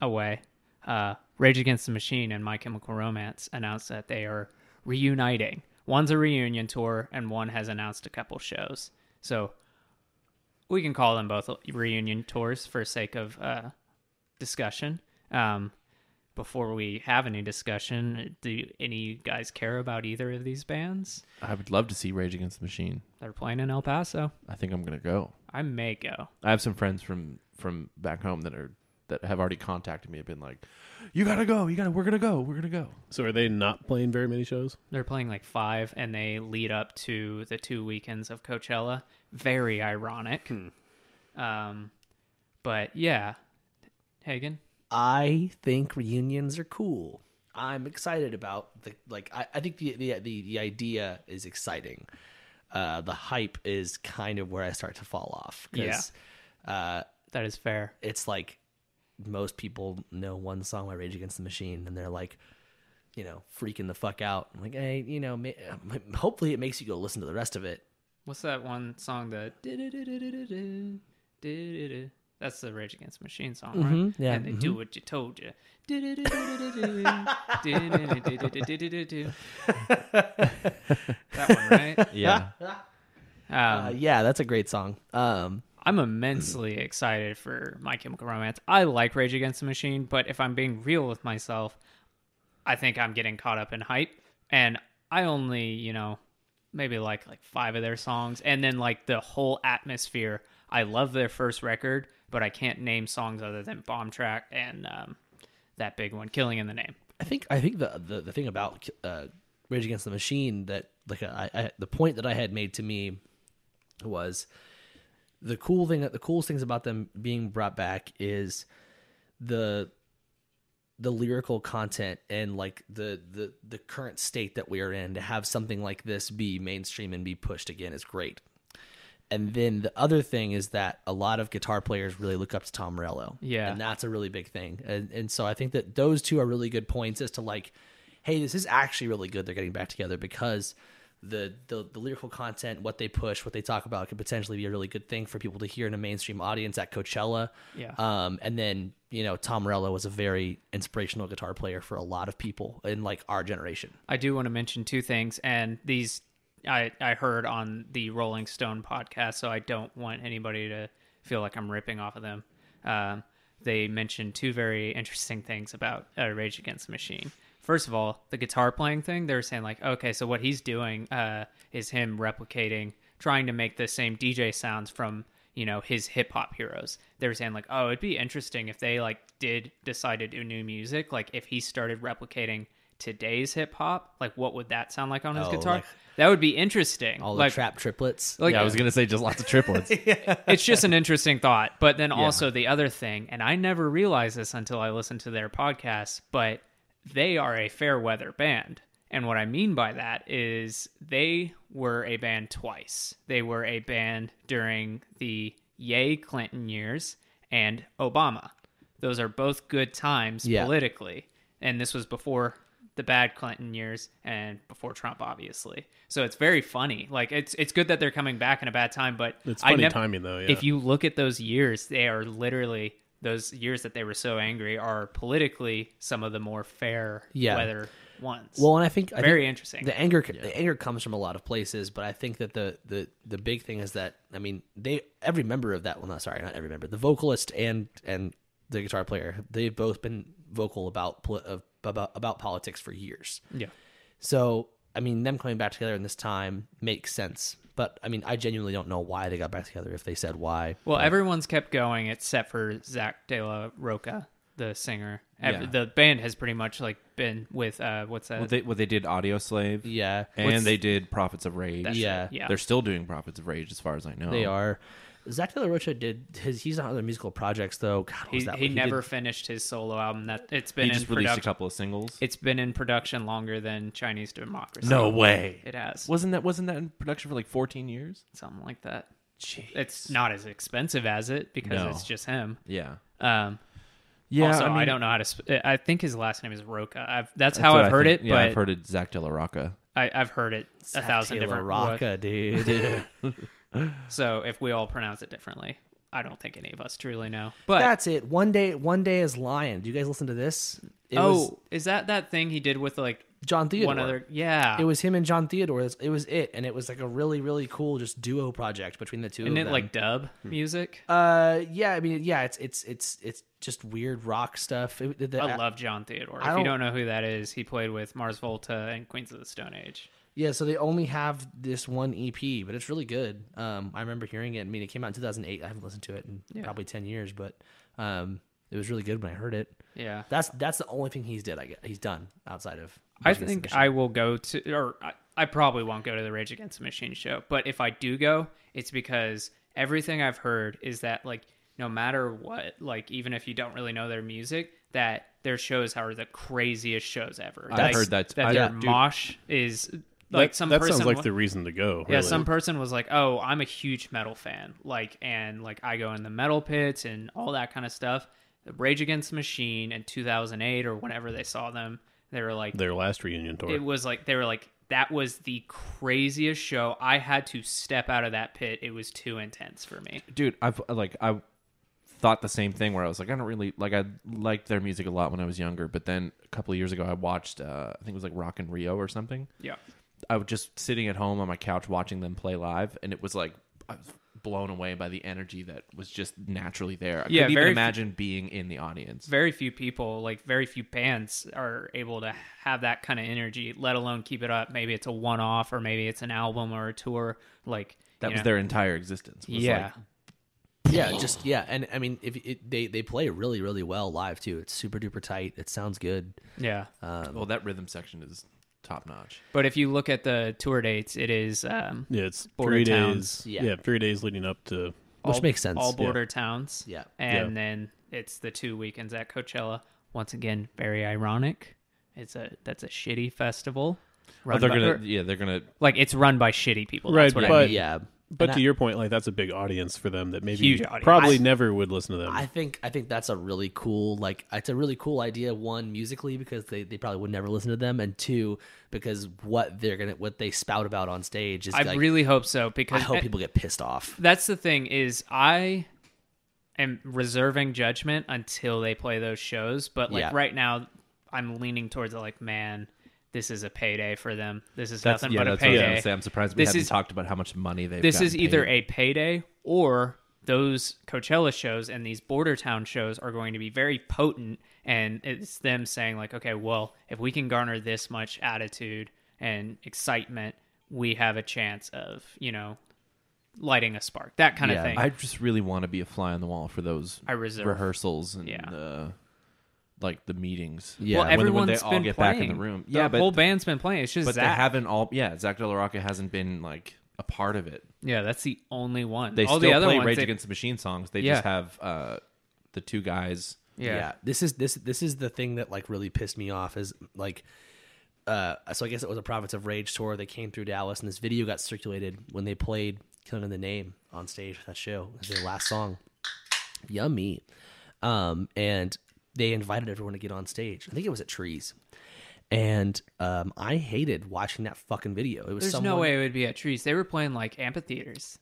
D: away. Uh, Rage Against the Machine and My Chemical Romance announced that they are reuniting. One's a reunion tour, and one has announced a couple shows. So, we can call them both reunion tours for sake of uh, discussion. Um, before we have any discussion, do any guys care about either of these bands?
B: I would love to see Rage Against the Machine.
D: They're playing in El Paso.
B: I think I'm gonna go.
D: I may go.
B: I have some friends from from back home that are that have already contacted me. Have been like, "You gotta go. You gotta. We're gonna go. We're gonna go."
C: So are they not playing very many shows?
D: They're playing like five, and they lead up to the two weekends of Coachella. Very ironic. Um, but yeah, Hagen,
A: i think reunions are cool I'm excited about the like. I, I think the, the the the idea is exciting. Uh, the hype is kind of where I start to fall off. 'cause, Uh,
D: That is fair.
A: it's like most people know one song by Rage Against the Machine, and they're like, you know, freaking the fuck out. I'm like, hey, you know, ma- uh, hopefully it makes you go listen to the rest of it.
D: What's that one song that that's the Rage Against the Machine song, right?
A: Mm-hmm. yeah,
D: And they do what you told you. that one, right?
B: Yeah.
A: Uh,
D: Um,
A: yeah, that's a great song. Um,
D: I'm immensely excited for My Chemical Romance. I like Rage Against the Machine, but if I'm being real with myself, I think I'm getting caught up in hype, and I only, you know, maybe like like five of their songs, and then like the whole atmosphere. I love their first record, but I can't name songs other than Bomb Track and um, that big one, Killing in the Name.
A: I think I think the the, the thing about uh, Rage Against the Machine that like I, I the point that I had made to me was the cool thing the coolest things about them being brought back is the the lyrical content and like the the the current state that we are in to have something like this be mainstream and be pushed again is great. And then the other thing is that a lot of guitar players really look up to Tom Morello.
D: Yeah.
A: And that's a really big thing. And and so I think that those two are really good points as to like, hey, this is actually really good they're getting back together because the, the the lyrical content, what they push, what they talk about could potentially be a really good thing for people to hear in a mainstream audience at Coachella.
D: Yeah.
A: Um, and then, you know, Tom Morello was a very inspirational guitar player for a lot of people in like our generation.
D: I do want to mention two things, and these I, I heard on the Rolling Stone podcast, so I don't want anybody to feel like I'm ripping off of them. Um, they mentioned two very interesting things about uh, Rage Against the Machine. First of all, the guitar playing thing, they were saying, like, okay, so what he's doing uh, is him replicating, trying to make the same DJ sounds from you know his hip hop heroes. They were saying like, oh, it'd be interesting if they like did decide to do new music. Like if he started replicating today's hip hop, like what would that sound like on his
A: Oh,
D: guitar?
A: like-
D: that would be interesting.
A: All the
D: like,
A: trap triplets.
D: like
B: yeah, I was gonna say just lots of triplets.
D: it's just an interesting thought. But then also the other thing, and I never realized this until I listened to their podcast, but they are a fair weather band. And what I mean by that is they were a band twice. They were a band during the Yay Clinton years and Obama. Those are both good times
A: Yeah.
D: politically. And this was before the bad Clinton years and before Trump, obviously. So it's very funny. Like it's it's good that they're coming back in a bad time, but
C: It's
D: I
C: funny
D: nev-
C: timing, though, yeah.
D: If you look at those years, they are literally those years that they were so angry are politically some of the more fair
A: Yeah.
D: weather ones.
A: well, and I think I think
D: very interesting.
A: The anger, the anger comes from a lot of places, but I think that the the the big thing is that I mean, they every member of that well, not sorry, not every member, the vocalist and and the guitar player, they've both been vocal about poli- of- about about politics for years.
D: yeah.
A: So, I mean, them coming back together in this time makes sense. But I mean, I genuinely don't know why they got back together if they said why.
D: Well, everyone's kept going except for Zach De La Roca, the singer. Ev-
B: Yeah.
D: The band has pretty much like been with uh, what's that?
B: Well, they well they did Audio Slave.
A: Yeah.
B: And they did Prophets of Rage.
D: That's
A: Yeah.
D: right. yeah.
B: They're still doing Prophets of Rage as far as I know.
A: They are. Zach De La Rocha did his. He's on other musical projects though. God, what
D: he,
A: was that
D: he
A: one? did-
D: never finished his solo album. That it's been
B: He
D: in
B: just released
D: production.
B: a couple of singles.
D: It's been in production longer than Chinese Democracy.
B: way.
D: it has
B: Wasn't that wasn't that in production for like 14 years?
D: something like that. It's not as expensive as it because
B: No.
D: it's just him.
B: Yeah.
D: Um,
B: Yeah.
D: also, I,
B: mean,
D: don't know how to. Sp- I think his last name is Roca. I've,
B: that's
D: that's, how
B: what
D: I've
B: I
D: heard
B: think.
D: it,
B: Yeah,
D: but
B: I've heard it. Zach De La Rocca.
D: I, I've heard it a
A: Zach
D: thousand
A: De La
D: different
A: Rocha, dude.
D: So if we all pronounce it differently, I don't think any of us truly know. But
A: That's it. One day, one day is lion. Do you guys listen to this? It
D: oh,
A: was
D: is that that thing he did with like
A: John Theodore.
D: one other? Yeah,
A: It was him and John Theodore. It was- It was it, and it was like a really, really cool just duo project between the 2
D: isn't
A: of
D: it
A: them.
D: like dub music?
A: uh, yeah. I mean, yeah. It's it's it's it's just weird rock stuff. It- the- the-
D: I love John Theodore. If
A: I
D: you
A: don't-
D: don't know who that is, he played with Mars Volta and Queens of the Stone Age.
A: Yeah, so they only have this one EP, but it's really good. Um, I remember hearing it. I mean, it came out in 2008. I haven't listened to it in
D: Yeah.
A: probably 10 years, but um, it was really good when I heard it.
D: Yeah,
A: That's that's the only thing he's did. I guess he's done outside of.
D: I
A: Rage Against the
D: think
A: Machine.
D: I will go to, or I, I probably won't go to the Rage Against the Machine show. But if I do go, it's because everything I've heard is that like no matter what, like even if you don't really know their music, that their shows are the craziest shows ever.
B: I've heard that.
D: That
B: I-
D: their
B: dude.
D: mosh is like
C: that,
D: some
C: that
D: person
C: sounds like
D: wa-
C: the reason to go.
D: yeah,
C: really.
D: some person was like, "Oh, I'm a huge metal fan, like, and like I go in the metal pits and all that kind of stuff." The Rage Against the Machine in 2008 or whenever they saw them, they were like,
C: their last reunion tour.
D: "It was like they were like that was the craziest show. I had to step out of that pit. It was too intense for me."
B: dude i've uh, like i thought the same thing where i was like i don't really like i liked their music a lot when i was younger but then a couple of years ago i watched uh i think it was like rock and rio or something
D: Yeah,
B: i was just sitting at home on my couch watching them play live and it was like i was blown away by the energy that was just naturally there i
D: Yeah,
B: couldn't
D: very
B: even
D: f-
B: imagine being in the audience
D: very few people, like very few bands, are able to have that kind of energy, let alone keep it up. Maybe it's a one-off, or maybe it's an album or a tour. Like
B: that
D: you
B: was
D: know.
B: their entire existence was
D: yeah.
B: like,
A: yeah, just yeah, and I mean, if it, they they play really really well live too. It's super duper tight. It sounds good.
D: yeah.
B: well that rhythm section is top notch
D: But if you look at the tour dates, it is um,
C: yeah, it's
D: border
C: three
D: towns,
C: days.
A: yeah.
C: Yeah. three days leading up to.
A: Which makes sense,
D: All
A: yeah.
D: border towns.
A: Yeah.
D: And
C: Yeah.
D: then it's the two weekends at Coachella. Once again, very ironic. It's a that's a shitty festival.
B: oh,
D: Run
B: they're
D: by-
B: gonna yeah they're gonna
D: like it's run by shitty people.
C: Right,
D: That's what I
C: but-
D: mean.
A: yeah,
C: But
A: And
C: to
A: I-
C: your point, like that's a big audience for them that maybe
D: Huge audience.
C: probably never would listen to them.
A: I think I think that's a really cool like it's a really cool idea one musically because they, they probably would never listen to them and two because what they're gonna what they spout about on stage is
D: I
A: like
D: really hope so
A: I
D: because
A: hope people get pissed off.
D: that's the thing is I am reserving judgment until they play those shows. But like
A: Yeah.
D: right now, I'm leaning towards like, man, this is a payday for them. This is
B: that's
D: nothing
B: yeah
D: but
B: that's
D: a
B: what i was
D: payday.
B: gonna say i'm surprised we
D: This
B: haven't
D: is-
B: talked about how much money they've
D: this is
B: gotten
D: either
B: paid.
D: a payday or those Coachella shows and these border town shows are going to be very potent and it's them saying like okay well if we can garner this much attitude and excitement we have a chance of you know lighting a spark that kind of thing
B: I just really want to be a fly on the wall for those
D: I reserve.
B: rehearsals and
D: Yeah.
B: the like the meetings.
A: Yeah. When-
D: well
B: when they
D: everyone's been
B: all get
D: playing.
B: back in the room.
D: The
B: Yeah, but-
D: whole band's been playing it's just
B: But
D: Zach.
B: they haven't all. Yeah, Zach De La Rocca hasn't been like a part of it.
D: yeah that's the only one
B: They
D: all
B: still
D: the other
B: play
D: ones
B: Rage
D: they-
B: Against the Machine songs. They
D: Yeah.
B: just have uh, the two guys.
D: yeah.
A: this is this this is the thing that like really pissed me off is like uh so i guess it was a prophets of rage tour they came through dallas and this video got circulated when they played killing in the name on stage for that show it was their last song yummy um and they invited everyone to get on stage i think it was at trees and um i hated watching that fucking video it was
D: there's
A: someone,
D: no way it would be at trees they were playing like amphitheaters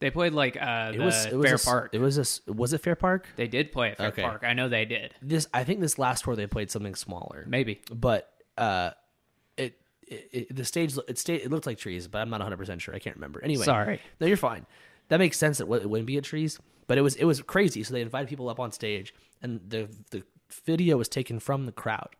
D: they played like uh
A: it was
D: the
A: it was
D: Bear
A: a,
D: park
A: it was a s- was it fair park
D: They did play at Fair
A: Okay.
D: Park. I know they did.
A: this i think this last tour they played something smaller
D: Maybe.
A: but uh it, it, it the stage it stayed it looked like trees but i'm not 100% sure i can't remember anyway
D: Sorry.
A: no you're fine that makes sense that it wouldn't be at trees but it was it was crazy so they invited people up on stage and the the video was taken from the crowd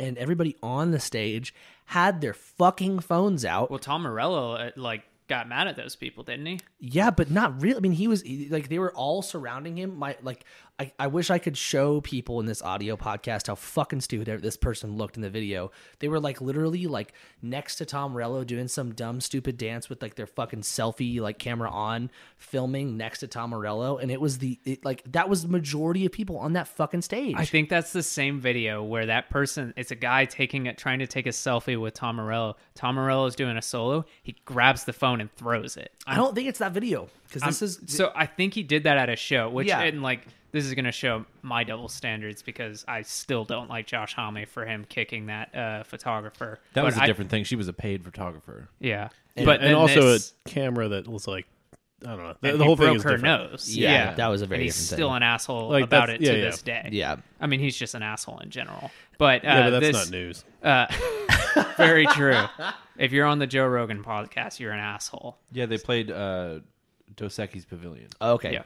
A: and everybody on the stage had their fucking phones out
D: Well, Tom Morello uh, like got mad at those people, didn't he?
A: yeah, but not really. I mean, he was he- like they were all surrounding him. My like, I, I wish I could show people in this audio podcast how fucking stupid this person looked in the video. They were like literally like next to Tom Morello doing some dumb stupid dance with like their fucking selfie like camera on, filming next to Tom Morello, and it was the it, like that was the majority of people on that fucking stage.
D: I think that's the same video where that person, it's a guy taking it, trying to take a selfie with Tom Morello. Tom Morello is doing a solo. He grabs the phone and throws it.
A: I don't think it's that video because this is
D: so I think he did that at a show, which
A: Yeah.
D: and like this is gonna show my double standards because I still don't like Josh Homme for him kicking that uh, photographer.
B: That
D: But
B: was a
D: I-
B: different thing. She was a paid photographer.
D: Yeah, but
C: and
D: then
C: also
D: this-
C: a camera that was like I don't know. The,
D: and
C: the
D: he
C: whole thing
D: broke
C: is
D: her
C: different.
D: nose.
A: Yeah, that was a very
D: And he's
A: different
D: still
A: thing.
D: an asshole
C: Like,
D: about it
C: that's-
D: to
C: yeah, yeah.
D: this day.
A: yeah.
D: I mean, he's just an asshole in general. But, uh,
C: Yeah, but that's
D: this,
C: not news.
D: very true. If you're on the Joe Rogan podcast, you're an asshole.
B: Yeah, they played uh, Dos Equis Pavilion.
A: Okay,
D: Yeah.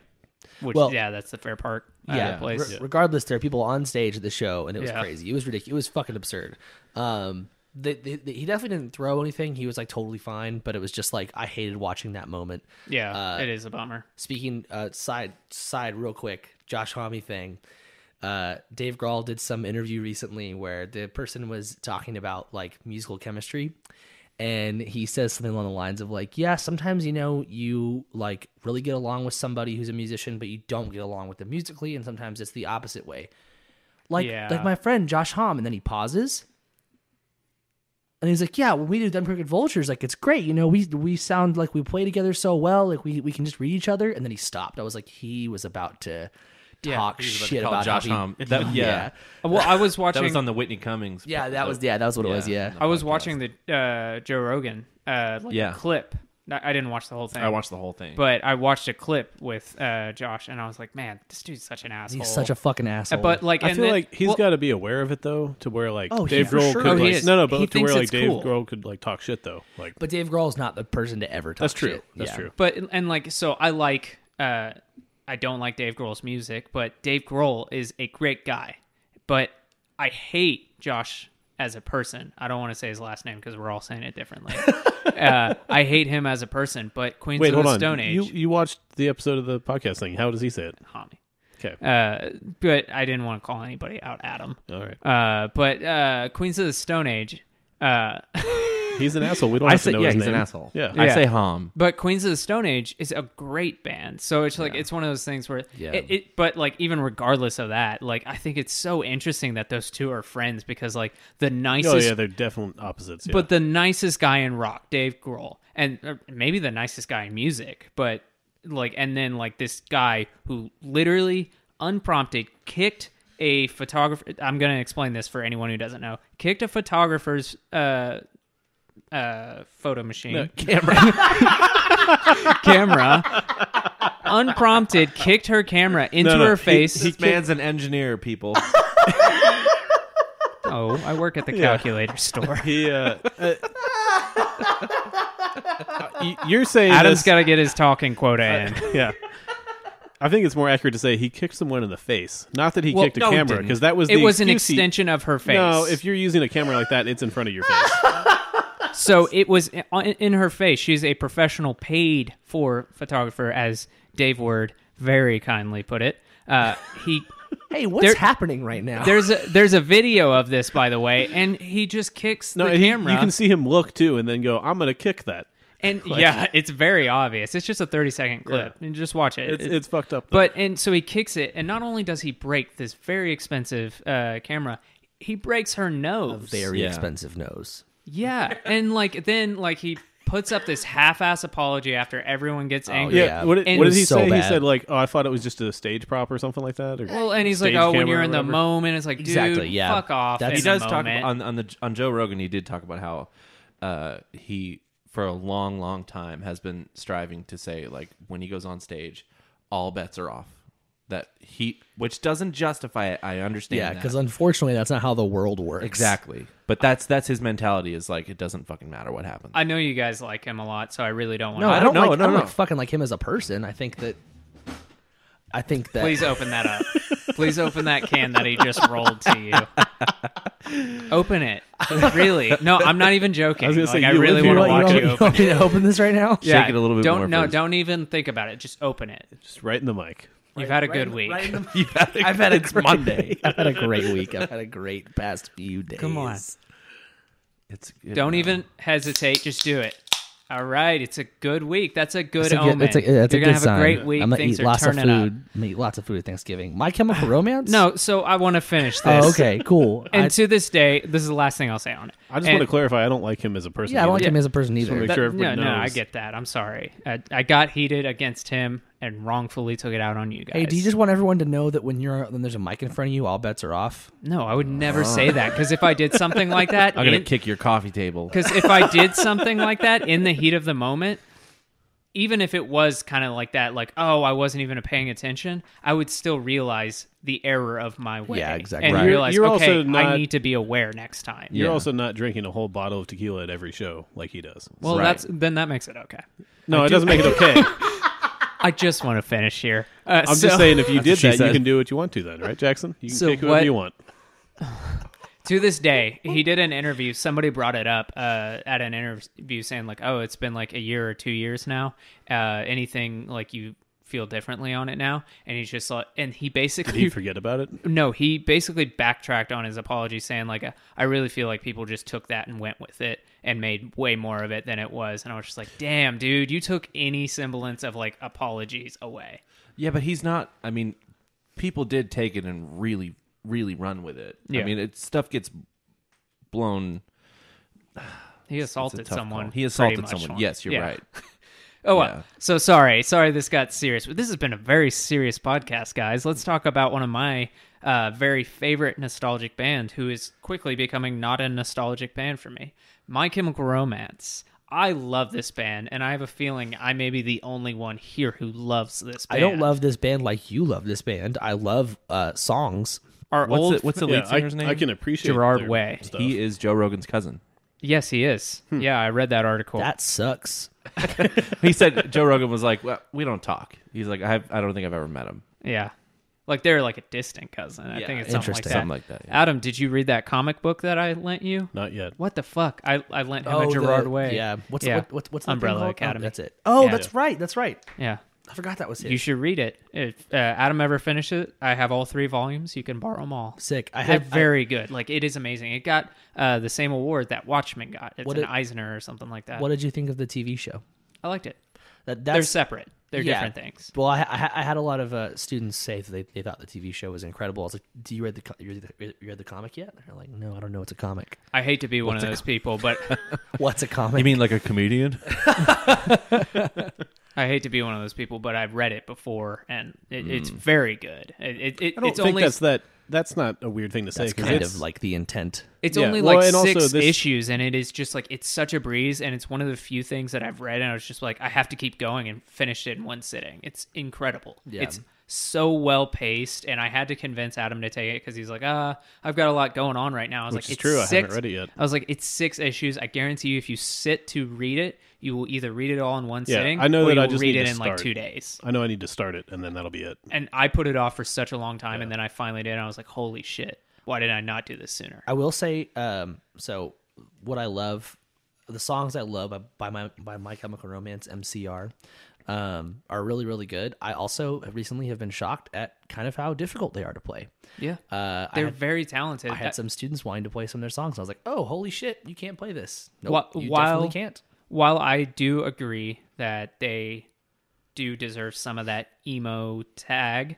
D: Which
A: Well-
D: yeah, that's the fair park. Uh,
A: yeah,
D: place.
A: re- regardless, there are people on stage at the show, and it was
D: Yeah.
A: crazy. It was ridiculous. It was fucking absurd. Um, they, they, they- he definitely didn't throw anything. He was like totally fine, but it was just like I hated watching that moment.
D: Yeah,
A: uh,
D: it is a bummer.
A: Speaking uh, side side real quick, Josh Homme thing. Uh, Dave Grohl did some interview recently where the person was talking about like musical chemistry, and he says something along the lines of like, "Yeah, sometimes you know you like really get along with somebody who's a musician, but you don't get along with them musically, and sometimes it's the opposite way." Like
D: Yeah.
A: like my friend Josh Hom, and then he pauses. And he's like, "Yeah, when we do Dunkirk and Vultures, like it's great. You know, we we sound like we play together so well. Like we we can just read each other." And then he stopped. I was like, he was about to
D: Yeah,
A: talk
B: He was about to
A: shit
B: call
A: about
B: Josh
A: how he-
B: Hom. That- yeah.
D: Well, I was
B: That
D: watching.
B: was on the Whitney Cummings.
A: Yeah, that was yeah, that was what it was. Yeah,
D: I was watching the uh, Joe Rogan uh, like
B: Yeah.
D: clip. Not- I didn't watch the whole thing.
B: I watched the whole thing.
D: but I watched a clip with uh, Josh, and I was like, "Man, this dude's such an asshole."
A: he's such a fucking asshole.
D: But like,
C: I
D: and
C: feel
D: then-
C: like he's
D: well,
C: got to be aware of it though, to where like
A: Oh, he
C: Dave
A: for
C: Grohl
A: sure
C: could
A: is.
C: like,
A: He
C: no no, but
A: thinks
C: to where
A: it's
C: like Dave
A: cool.
C: Grohl could like talk shit though, like
A: but Dave Grohl's not the person to ever talk.
C: that's true,
A: shit.
C: that's
A: Yeah.
C: true.
D: But and like so, I like uh, I don't like Dave Grohl's music, but Dave Grohl is a great guy. But I hate Josh as a person. I don't want to say his last name because we're all saying it differently. uh, I hate him as a person. But Queens
C: Wait,
D: of
C: hold
D: the
C: on.
D: Stone Age,
C: You you watched the episode of the podcast thing? How does he say it?
D: Tommy.
C: Okay,
D: Uh, but I didn't want to call anybody out, Adam.
C: all right.
D: Uh, but uh, Queens of the Stone Age. Uh,
C: He's an asshole. We don't
B: I
C: have
B: say
C: to know
B: yeah,
C: his
B: he's
C: name.
B: an asshole.
C: Yeah.
B: I
D: Yeah.
B: say Hom.
D: But Queens of the Stone Age is a great band, so it's like it's one of those things where
A: Yeah.
D: it, it. But like even regardless of that, like I think it's so interesting that those two are friends because like the nicest,
C: Oh yeah, they're definitely opposites. Yeah.
D: but the nicest guy in rock, Dave Grohl, and or maybe the nicest guy in music, but like and then like this guy who literally unprompted kicked a photographer. I'm gonna explain this for anyone who doesn't know. Kicked a photographer's uh uh photo machine
B: Camera.
D: camera, unprompted, kicked her camera into
C: no,
D: her
C: he-
D: face.
B: this man's an engineer, people.
D: oh, I work at the calculator store.
C: he, uh, uh, y- you're saying
D: Adam's
C: this-
D: got to get his talking quota in.
C: yeah. I think it's more accurate to say he kicked someone in the face. Not that he
D: Well,
C: kicked a
D: no, he
C: camera,
B: didn't.
C: because that was
D: It
C: the
D: was an
C: excuse he-
D: extension of her face.
C: No, if you're using a camera like that, it's in front of your face.
D: so it was in, in her face. She's a professional paid for photographer, as Dave Word very kindly put it. Uh, he
A: Hey, what's
D: There-
A: happening right now?
D: there's a there's a video of this by the way, and he just kicks
C: No,
D: the
C: he-
D: camera.
C: you can see him look too, and then go, "I'm gonna kick that."
D: and yeah, it's very obvious. It's just a 30 second clip, and just watch it.
C: It's
D: It-
C: it's fucked up. though.
D: But and so he kicks it, and not only does he break this very expensive uh, camera, he breaks her nose.
A: very
B: Yeah.
A: expensive nose.
D: Yeah, and like then like he puts up this half-ass apology after everyone gets angry.
C: yeah,
A: yeah,
C: what, did-
D: and
C: what
D: it was
C: did he
A: so
C: say? He
A: bad.
C: said like, "Oh, I thought it was just a stage prop or something like that." Or,
D: Well, and he's like,
C: Stage
D: "Oh, when
C: camera
D: you're
C: or
D: in the
C: whatever.
D: moment, it's like, dude,
A: Exactly, yeah.
D: fuck off."
A: That's-
B: he
D: in the
B: does talk
D: moment.
B: on on the on Joe Rogan. He did talk about how uh, he for a long, long time has been striving to say like when he goes on stage, all bets are off. That he, which doesn't justify it. I understand.
A: Yeah,
B: that.
A: because unfortunately, that's not how the world works.
B: exactly. But that's that's his mentality. Is like it doesn't fucking matter what happens.
D: I know you guys like him a lot, so I really don't want
A: No,
D: to.
A: I
B: don't
A: don't,
B: know,
A: Like,
B: no,
A: I don't
B: no.
A: like fucking like him as a person. I think that. I think that.
D: Please open that up. Please open that can that he just rolled to you. Open it. Really? No, I'm not even joking.
C: I was gonna say,
D: like, I
C: you
D: really
C: live here.
D: want
A: you,
D: to
A: want,
D: watch
A: you,
D: you
A: want, you
D: open
A: want me to open this right now?
B: Shake it a little bit
D: don't,
B: more
D: No,
B: first.
D: don't even think about it. Just open it.
C: just right in the mic.
D: You've had a good week.
A: I've had a great, Monday. I've had a great week. I've had a great past few days.
D: Come on.
B: It's
D: Don't even hesitate. Just do it. All right, it's a good week. That's a good
A: It's a
D: omen.
A: good, it's a, it's
D: You're
A: a
D: gonna
A: good
D: have
A: sign.
D: a great week.
A: I'm gonna
D: Things
A: eat
D: are
A: lots of
D: turning
A: food.
D: up.
A: I'm gonna eat lots of food at Thanksgiving. My Chemical Romance.
D: No, so I want to finish this.
A: Oh, okay. Cool.
D: And
A: I,
D: to this day, this is the last thing I'll say on it.
C: I just
D: And-
C: want to clarify. I don't like him as a person.
A: yeah, I don't like
C: either.
A: him as a person
C: wanna
A: either.
C: make sure
D: no,
C: everybody
D: no, I
C: knows.
D: get that. I'm sorry. I, I got heated against him and wrongfully took it out on you guys.
A: Hey, do you just want everyone to know that when you're when there's a mic in front of you, all bets are off?
D: No, I would never say that because if I did something like that,
B: I'm gonna
D: in-
B: kick your coffee table.
D: Because if I did something like that in the heat of the moment, even if it was kind of like that, like, oh, I wasn't even paying attention, I would still realize the error of my way.
A: Yeah, exactly.
D: And
A: Right.
D: realize,
C: You're- you're
D: okay,
C: also
D: I
C: not-
D: need to be aware next time.
C: You're
B: Yeah.
C: also not drinking a whole bottle of tequila at every show like he does.
D: Well,
B: Right.
D: that's then that makes it okay.
C: no, it doesn't make it okay.
D: I just want to finish here. Uh,
C: I'm
D: so-
C: just saying, if you did
B: what she
C: that, you
B: said.
C: can do what you want to, then, right, Jackson? You can
D: So
C: kick whoever
D: what-
C: you want.
D: to this day, he did an interview. Somebody brought it up uh, at an interview saying, like, oh, it's been like a year or two years now. Uh, anything like you feel differently on it now? And he's just like, and he basically
C: Do you forget about it?
D: no, he basically backtracked on his apology, saying like, "I really feel like people just took that and went with it and made way more of it than it was." And I was just like, "Damn, dude, you took any semblance of like apologies away."
B: Yeah, but he's not. I mean, people did take it and really, really run with it.
D: Yeah.
B: I mean, it stuff gets blown.
D: He
B: It's a
D: assaulted
B: tough
D: someone.
B: call. He
D: pretty
B: assaulted
D: much
B: someone.
D: on-
B: Yes, you're
D: yeah.
B: right.
D: Oh, well.
B: Yeah.
D: So sorry. Sorry this got serious, but this has been a very serious podcast, guys. Let's talk about one of my uh, very favorite nostalgic band who is quickly becoming not a nostalgic band for me My Chemical Romance. I love this band, and I have a feeling I may be the only one here who loves this band.
A: I don't love this band like you love this band. I love uh, songs.
D: our
B: What's
D: old.
B: the, what's the
C: Yeah,
B: lead singer's
C: I,
B: name?
C: I can appreciate
D: Gerard
C: their
D: Way.
C: Stuff.
B: He is Joe Rogan's cousin.
D: yes, he is. Yeah, I read that article.
A: That sucks.
B: He said Joe Rogan was like, "Well, we don't talk." He's like, "I have, I don't think I've ever met him."
D: yeah. Like they're like a distant cousin. I
B: Yeah,
D: think it's something like
A: interesting.
D: that.
B: Something like that, yeah.
D: Adam, did you read that comic book that I lent you?
C: not yet.
D: What the fuck? I, I lent him a
A: Oh, the-
D: Gerard Way.
A: Yeah. What's
D: Yeah.
A: What, what, what's the thing
D: Umbrella
A: called? Oh,
D: Academy?
A: that's it. Oh,
D: Yeah.
A: that's right. That's right.
D: Yeah.
A: I forgot that was
D: You
A: his.
D: should read it. If uh, Adam ever finishes it, I have all three volumes. You can borrow them all.
A: Sick. I
D: They're
A: had I-
D: very good. Like it is amazing. It got uh, the same award that Watchmen got. It's
A: What
D: an
A: did-
D: Eisner or something like that.
A: what did you think of the TV show?
D: I liked it.
A: That
D: They're
A: that's
D: separate. They're
A: yeah.
D: different things.
A: Well, I, I, I had a lot of uh, students say that they, they thought the TV show was incredible. I was like, "Do you read the co- you read the, you read the comic yet?" And they're like, "No, I don't know. It's a comic.
D: I hate to be one of those people, but
A: What's a comic?"
B: You mean like a comedian?
D: I hate to be one of those people, but I've read it before, and it,
A: Mm.
D: it's very good. It, it, it,
C: I don't
D: it's
C: think
D: only
C: that's that. That's not a weird thing to say.
A: that's
C: 'cause
A: kind
C: it's-
A: of like the intent.
D: It's
C: Yeah,
D: only
C: well,
D: like
C: and also
D: six
C: this-
D: issues, and it is just like it's such a breeze, and it's one of the few things that I've read, and I was just like, I have to keep going and finish it in one sitting. It's incredible.
A: Yeah.
D: It's so well paced, and I had to convince Adam to take it because he's like, uh, I've got a lot going on right now. I was
C: Which
D: like,
C: is
D: it's
C: true, I
D: Six.
C: haven't read it yet.
D: I was like, it's six issues. I guarantee you, if you sit to read it, you will either read it all in one
C: Yeah,
D: sitting.
C: I know
D: or
C: that
D: you
C: I
D: will
C: just
D: read
C: need
D: it
C: to
D: in like
C: start.
D: two days.
C: I know I need to start it, and then that'll be it.
D: And I put it off for such a long time, and then I finally did. And I was like, holy shit, why did I not do this sooner?
A: I will say, um, so what I love, the songs I love by, by my by My Chemical Romance (MCR) um, are really really good. I also have recently have been shocked at kind of how difficult they are to play.
D: Yeah.
A: Uh, I
D: They're
A: had,
D: very talented.
A: I had
D: That-
A: some students wanting to play some of their songs. I was like, "Oh, holy shit, you can't play this! Nope,
D: Wha-
A: you
D: while-
A: definitely can't."
D: while I do agree that they do deserve some of that emo tag,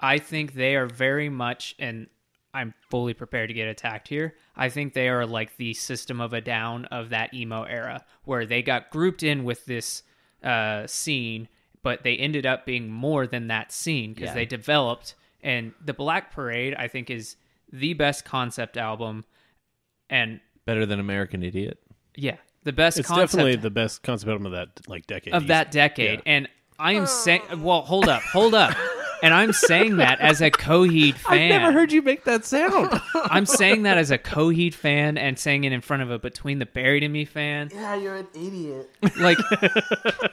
D: I think they are very much, and I'm fully prepared to get attacked here. I think they are like the system of a down of that emo era, where they got grouped in with this uh, scene, but they ended up being more than that scene because
A: Yeah.
D: they developed. And the Black Parade, I think, is the best concept album, and
B: Better than American Idiot.
D: yeah, the best
C: It's
D: concept
C: definitely the best concept album of that like decade.
D: of that decade. And I am saying, well, hold up, hold up. And I'm saying that as a Coheed fan.
B: Never heard you make that sound.
D: I'm saying that as a Coheed fan and saying it in front of a Between the Buried and Me fan.
E: Yeah, you're an idiot.
D: Like,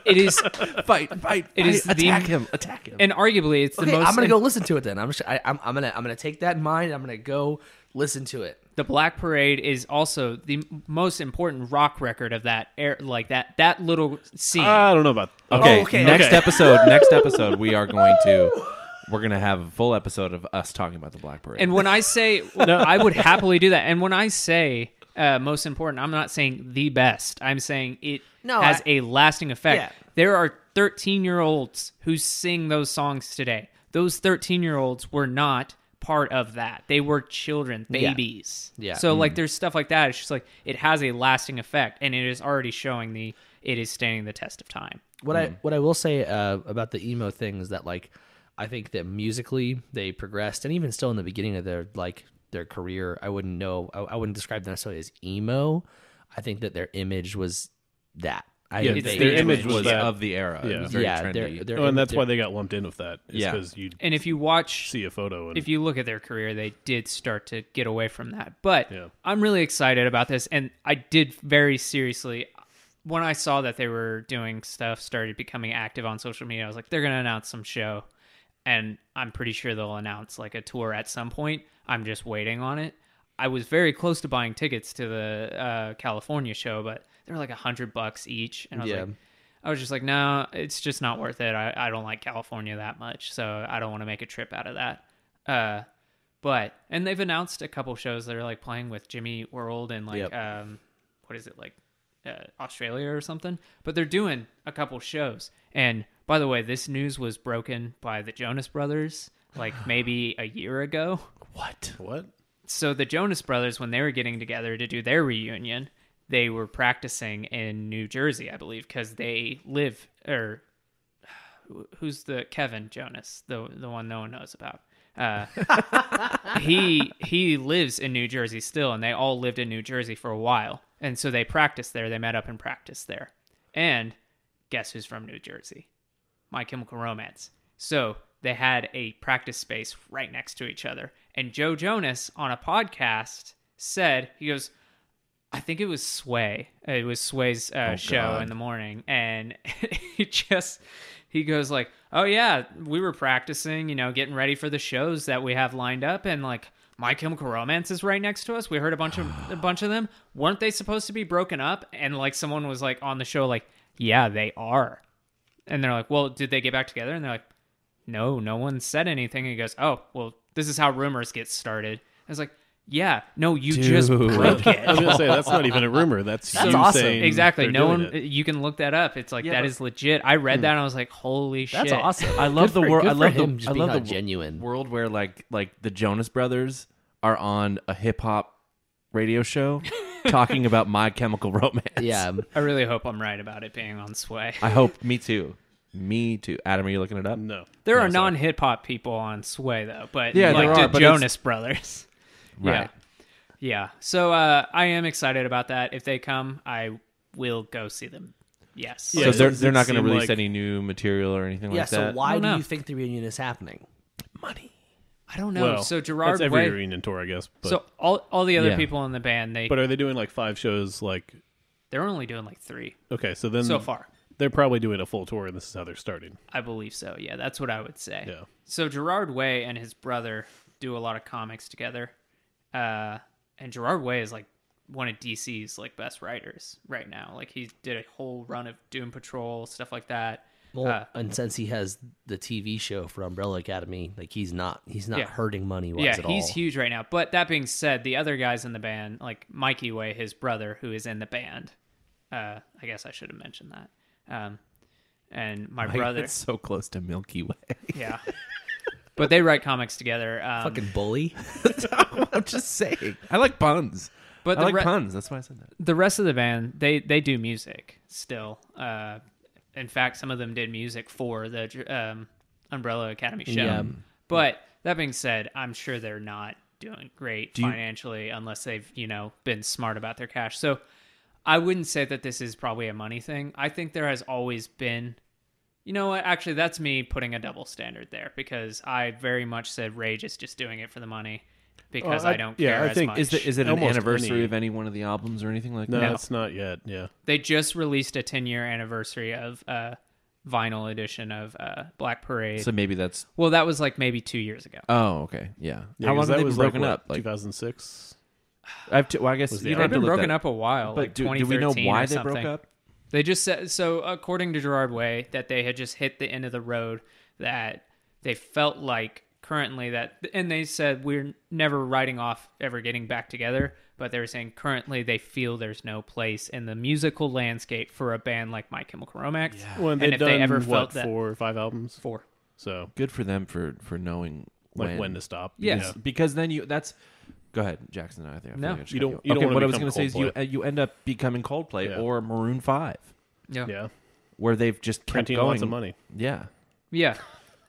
D: it is,
B: fight, fight, fight.
D: It is the-
B: attack him, attack him.
D: and arguably, it's the
A: Okay,
D: most.
A: I'm gonna go listen to it then. I'm just, I, I'm I'm gonna I'm gonna take that in mind. I'm gonna go listen to it.
D: The Black Parade is also the m- most important rock record of that, air, like that, that little scene.
C: I don't know about.
B: okay,
A: Oh, okay,
B: next
C: okay.
B: episode. Next episode, we are going to we're gonna have a full episode of us talking about the Black Parade.
D: And when I say, I would happily do that. And when I say uh, most important, I'm not saying the best. I'm saying it
A: No,
D: has
A: I-
D: a lasting effect.
A: Yeah.
D: There are 13 year olds who sing those songs today. Those 13 year olds were not part of that. They were children, babies.
A: Yeah. Mm-hmm.
D: So like, there's stuff like that. It's just like it has a lasting effect, and it is already showing the it is standing the test of time.
A: what I what I will say uh, about the emo thing is that like I think that musically they progressed and even still in the beginning of their like their career I wouldn't know I, I wouldn't describe them necessarily as emo I think that their image was that I
C: Yeah,
A: think
D: It's
A: they-
C: their image was
B: was
C: that-
B: of the era. It
C: yeah.
B: was very
A: yeah,
B: trendy.
A: Their, their
C: Oh, and
A: im-
C: that's
A: their-
C: why they got lumped in with that. Is
B: Yeah.
C: because you
D: And if you watch
C: see a photo and
D: if you look at their career, they did start to get away from that. But
C: Yeah.
D: I'm really excited about this, and I did very seriously when I saw that they were doing stuff, started becoming active on social media. I was like, they're gonna announce some show, and I'm pretty sure they'll announce like a tour at some point. I'm just waiting on it. I was very close to buying tickets to the uh, California show, but they were like a hundred bucks each, and I was
A: Yeah.
D: like. I was just like, no, it's just not worth it. I, I don't like California that much, so I don't want to make a trip out of that. Uh, but and they've announced a couple shows that are like playing with Jimmy World and like
A: Yep.
D: um, what is it like uh, Australia or something. But they're doing a couple shows. And by the way, this news was broken by the Jonas Brothers like maybe a year ago.
B: What?
C: What?
D: so the Jonas Brothers, when they were getting together to do their reunion, they were practicing in New Jersey, I believe, because they live or who's the Kevin Jonas, the the one no one knows about. Uh, he he lives in New Jersey still, and they all lived in New Jersey for a while, and so they practiced there. They met up and practiced there, and guess who's from New Jersey? My Chemical Romance. So they had a practice space right next to each other. And Joe Jonas on a podcast said, he goes, I think it was Sway. It was Sway's uh, show
B: Oh, God.
D: in the morning. And he just, he goes like, oh yeah, we were practicing, you know, getting ready for the shows that we have lined up. And like, my Chemical Romance is right next to us. We heard a bunch of a bunch of them. Weren't they supposed to be broken up? And like someone was like on the show like, "Yeah, they are." And they're like, "Well, did they get back together?" And they're like, no, no one said anything. And he goes, oh, well, this is how rumors get started. I was like, yeah, no, you just
B: Dude.
D: broke
C: I was
D: it.
C: gonna say that's not even a rumor. That's,
A: That's
C: you
A: awesome.
C: saying
D: exactly.
C: they're
D: No
C: doing
D: one,
C: it. Hmm.
D: you can look that up. It's like,
B: Yeah,
D: that
B: but-
D: is legit. I read that and I was like, holy shit.
A: That's awesome.
B: I love
A: Good
B: the
A: for-
B: world.
A: good
B: I
A: for
B: love the.
A: him just
B: I
A: being
B: love
A: how
B: the wo-
A: genuine.
B: world where like like the Jonas Brothers are on a hip hop radio show talking about My Chemical Romance.
A: Yeah,
D: I really hope I'm right about it being on Sway.
B: I hope. Me too. Me too. Adam, are you looking it up?
C: No.
D: There
B: No,
D: are
B: sorry.
D: non hip hop people on Sway, though, but
B: Yeah,
D: like
B: there
D: the
B: are, but it's-
D: Jonas Brothers.
B: Right.
D: Yeah. Yeah. So uh, I am excited about that. If they come, I will go see them. Yes.
C: Yeah,
B: so
C: it
B: they're
C: doesn't
B: they're not going to
C: seem
B: release
C: like-
B: any new material or anything
A: yeah.
B: like
A: So
B: that.
A: why
D: don't
A: do
D: know.
A: you think the reunion is happening?
B: money?
D: I don't know.
C: well,
D: so Gerard
C: That's every
D: Way.
C: reunion tour, I guess. But,
D: so all all the other
B: Yeah.
D: people in the band, they
C: but uh, are they doing like five shows? Like
D: they're only doing like three
C: okay, so then
D: so far.
C: they're probably doing a full tour, and this is how they're starting.
D: I believe so. Yeah, that's what I would say.
C: Yeah.
D: So Gerard Way and his brother do a lot of comics together, uh, and Gerard Way is like one of DC's like best writers right now. Like he did a whole run of Doom Patrol stuff like that.
A: Well,
D: Uh,
A: and since he has the TV show for Umbrella Academy, like he's not he's not
D: Yeah.
A: hurting money wise
D: yeah,
A: at
D: he's
A: all.
D: huge right now. But that being said, the other guys in the band, like Mikey Way, his brother, who is in the band, uh, I guess I should have mentioned that. Um, and my brother,
B: It's so close to Milky Way.
D: yeah. but they write comics together. Um,
A: Fucking bully.
B: I'm just saying. I like puns.
D: But
B: I
D: the
B: like
D: re-
B: puns. That's why I said that.
D: the rest of the band they they do music still uh in fact some of them did music for the um umbrella academy show
A: Yeah.
D: but that being said i'm sure they're not doing great
B: you-
D: financially unless they've you know been smart about their cash so i wouldn't say that this is probably a money thing i think there has always been you know what? Actually, that's me putting a double standard there because I very much said Rage is just doing it for the money because
C: I-
D: I, don't
C: yeah,
D: care
C: I
D: as
C: think-
D: much.
B: Is, the, is it an
C: Almost
B: anniversary
C: any.
B: of any one of the albums or anything like
C: No,
B: that?
C: it's not yet. Yeah.
D: They just released a 10 year anniversary of uh, vinyl edition of uh, Black Parade.
B: So maybe that's.
D: well, that was like maybe two years ago.
B: Oh, okay. Yeah.
C: Yeah,
B: How
C: 'cause
B: long have
C: that
B: they been
C: was
B: broken
C: like,
B: up? Like,
C: 2006.
B: I have to. Well, I guess
C: the
B: you don't
D: They've
B: have to
D: been
B: look
D: broken
B: that
D: up a while,
B: But
D: like
B: do, do
D: 2013
B: we know why
D: or
B: they
D: something.
B: broke up?
D: They just said so. According to Gerard Way, that they had just hit the end of the road. That they felt like currently that, and they said we're never writing off ever getting back together. But they were saying currently they feel there's no place in the musical landscape for a band like My Chemical Romance.
C: Well,
D: and
C: they've
D: if
C: done
D: they ever
C: what,
D: felt that
C: four or five albums.
D: four.
C: So
B: Good for them for for knowing
C: like when, to stop.
D: Yes.
C: Yeah.
B: because then you that's go ahead jackson i think I
D: No.
B: feel like I just
C: You
B: cut
C: don't- you don't
B: okay,
C: wanna
B: what i was
C: become
B: gonna say is you uh,
C: Coldplay.
B: you end up becoming coldplay
C: Yeah.
B: or maroon 5
C: Yeah.
B: where they've just kept
C: Printing
B: going
C: lots of money.
B: yeah
D: Yeah.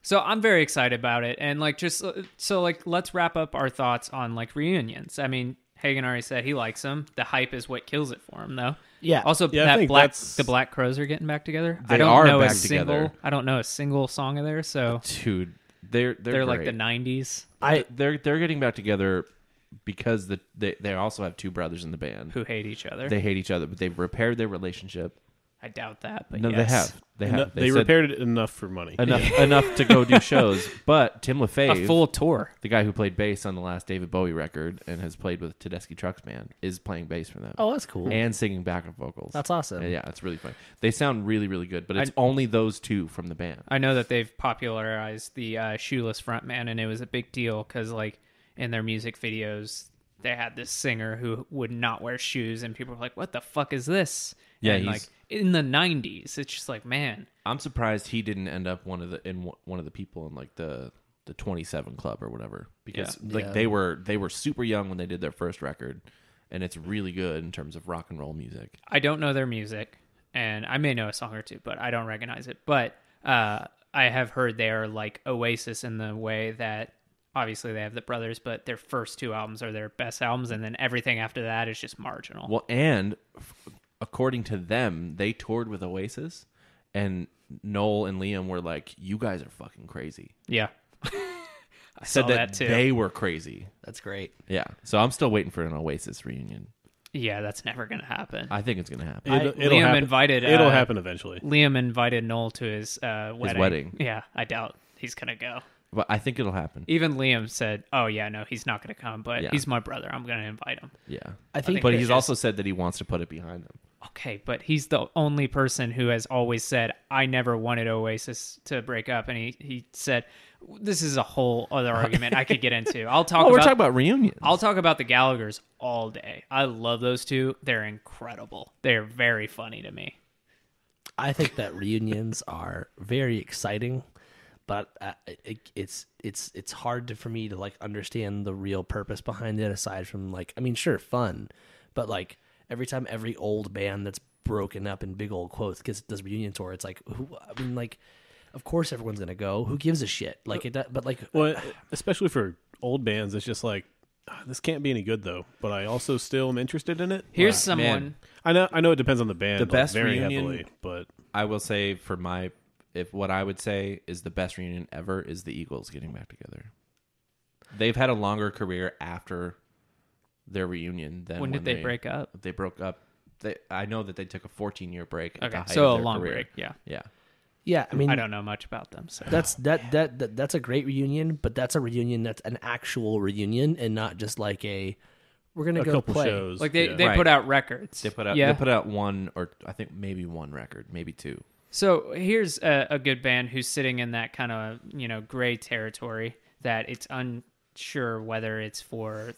D: So I'm very excited about it. And like, just uh, so, like, let's wrap up our thoughts on like reunions. I mean, Hagen already said he likes them. The hype is what kills it for him, though.
A: Yeah.
D: Also,
C: Yeah, I
D: that
C: think
D: black
C: that's-
D: the Black Crows are getting back together. I
B: They
D: don't
B: are
D: know a
B: back
D: single.
B: together.
D: I don't know a single song of theirs. So
B: dude they're they're,
D: they're, like the
B: great.
D: '90s.
A: I
B: they're they're getting back together because the they, they also have two brothers in the band
D: Who hate each other?
B: they hate each other but they've repaired their relationship
D: I doubt that, but
B: no they
D: yes.
B: have they have
C: they
B: said
C: repaired it enough for money.
B: enough enough to go do shows but tim lefay
D: a full tour.
B: the guy who played bass on the last David Bowie record and has played with Tedeschi Trucks Band is playing bass for them.
A: oh that's cool.
B: and singing backup vocals.
A: That's awesome.
B: Yeah, it's really fun. They sound really, really good, but it's only those two from the band.
D: I know that they've popularized the uh, shoeless frontman, and it was a big deal because, like, in their music videos, they had this singer who would not wear shoes, and people were like, "What the fuck is this?"
B: Yeah,
D: and, like
B: he's-
D: in the '90s, it's just like, man,
B: I'm surprised he didn't end up one of the in one- one of the people in like the the 27 Club or whatever because
A: Yeah.
B: like
A: Yeah.
B: they were they were super young when they did their first record, and it's really good in terms of rock and roll music.
D: I don't know their music, and I may know a song or two, but I don't recognize it. But uh, I have heard they are like Oasis in the way that obviously they have the brothers, but their first two albums are their best albums, and then everything after that is just marginal.
B: Well, and f- according to them, they toured with Oasis, and Noel and Liam were like, "You guys are fucking crazy."
D: Yeah, I
B: Said
D: saw
B: that,
D: that, too.
B: they were crazy.
A: That's great.
B: Yeah. So I'm still waiting for an Oasis reunion.
D: Yeah, that's never gonna happen.
B: I think it's gonna happen.
C: It'll, it'll
D: Liam
C: happen.
D: invited,
C: It'll
D: uh,
C: happen eventually.
D: Liam invited Noel to his uh, wedding.
B: wedding.
D: Yeah, I doubt he's gonna go.
B: But I think it'll happen.
D: Even Liam said, "Oh yeah, no, he's not gonna come, but
B: Yeah.
D: he's my brother. I'm gonna invite him."
B: Yeah.
A: I think.
B: But
D: it's
B: he's
D: just-
B: also said that he wants to put it behind them.
D: Okay, but he's the only person who has always said, I never wanted Oasis to break up. And he, he said, This is a whole other argument I could get into. I'll talk,
B: Oh, we're
D: about, Uh,
B: talking about reunions.
D: I'll talk about the Gallagher's all day. I love those two. They're incredible. They're very funny to me.
A: I think that reunions are very exciting, but uh, it, it's it's it's hard to, for me to like understand the real purpose behind it. Aside from like, I mean, sure, fun, but like every time every old band that's broken up in big old quotes gets does a reunion tour, it's like, who, I mean, like, of course everyone's gonna go. Who gives a shit? Like it, do- but like,
C: Well, especially for old bands, it's just like "Ah, this can't be any good though. But I also still am interested in it.
D: Here's
C: Like,
D: someone.
B: man.
C: I know. I know it depends on the band.
B: The
C: like,
B: best
C: very
B: reunion-
C: heavily, but
B: I will say for my if what I would say is the best reunion ever is the Eagles getting back together. They've had a longer career after their reunion than
D: When did they break up?
B: They broke up. They, I know that they took a 14 year break. at the
D: Okay,
B: height
D: so
B: of
D: a
B: their
D: long
B: career.
D: break. Yeah.
B: Yeah,
A: yeah, I mean,
D: I don't know much about them. So
A: That's that, that that that's a great reunion, but that's a reunion that's an actual reunion and not just like a we're gonna
C: a
A: go
C: couple
A: play.
C: shows.
D: like they,
C: yeah.
D: they
B: Right.
D: put out records.
B: they put out
D: yeah.
B: they put out one or I think maybe one record, maybe two.
D: So here's a, a good band who's sitting in that kind of you know gray territory that it's unsure whether it's for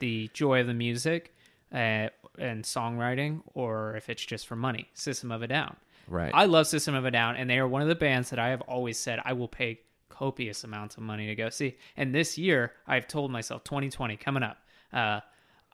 D: the joy of the music uh, and songwriting or if it's just for money. System of a Down.
B: Right.
D: I love System of a Down, and they are one of the bands that I have always said I will pay copious amounts of money to go see. And this year, I've told myself 2020 coming up. Uh,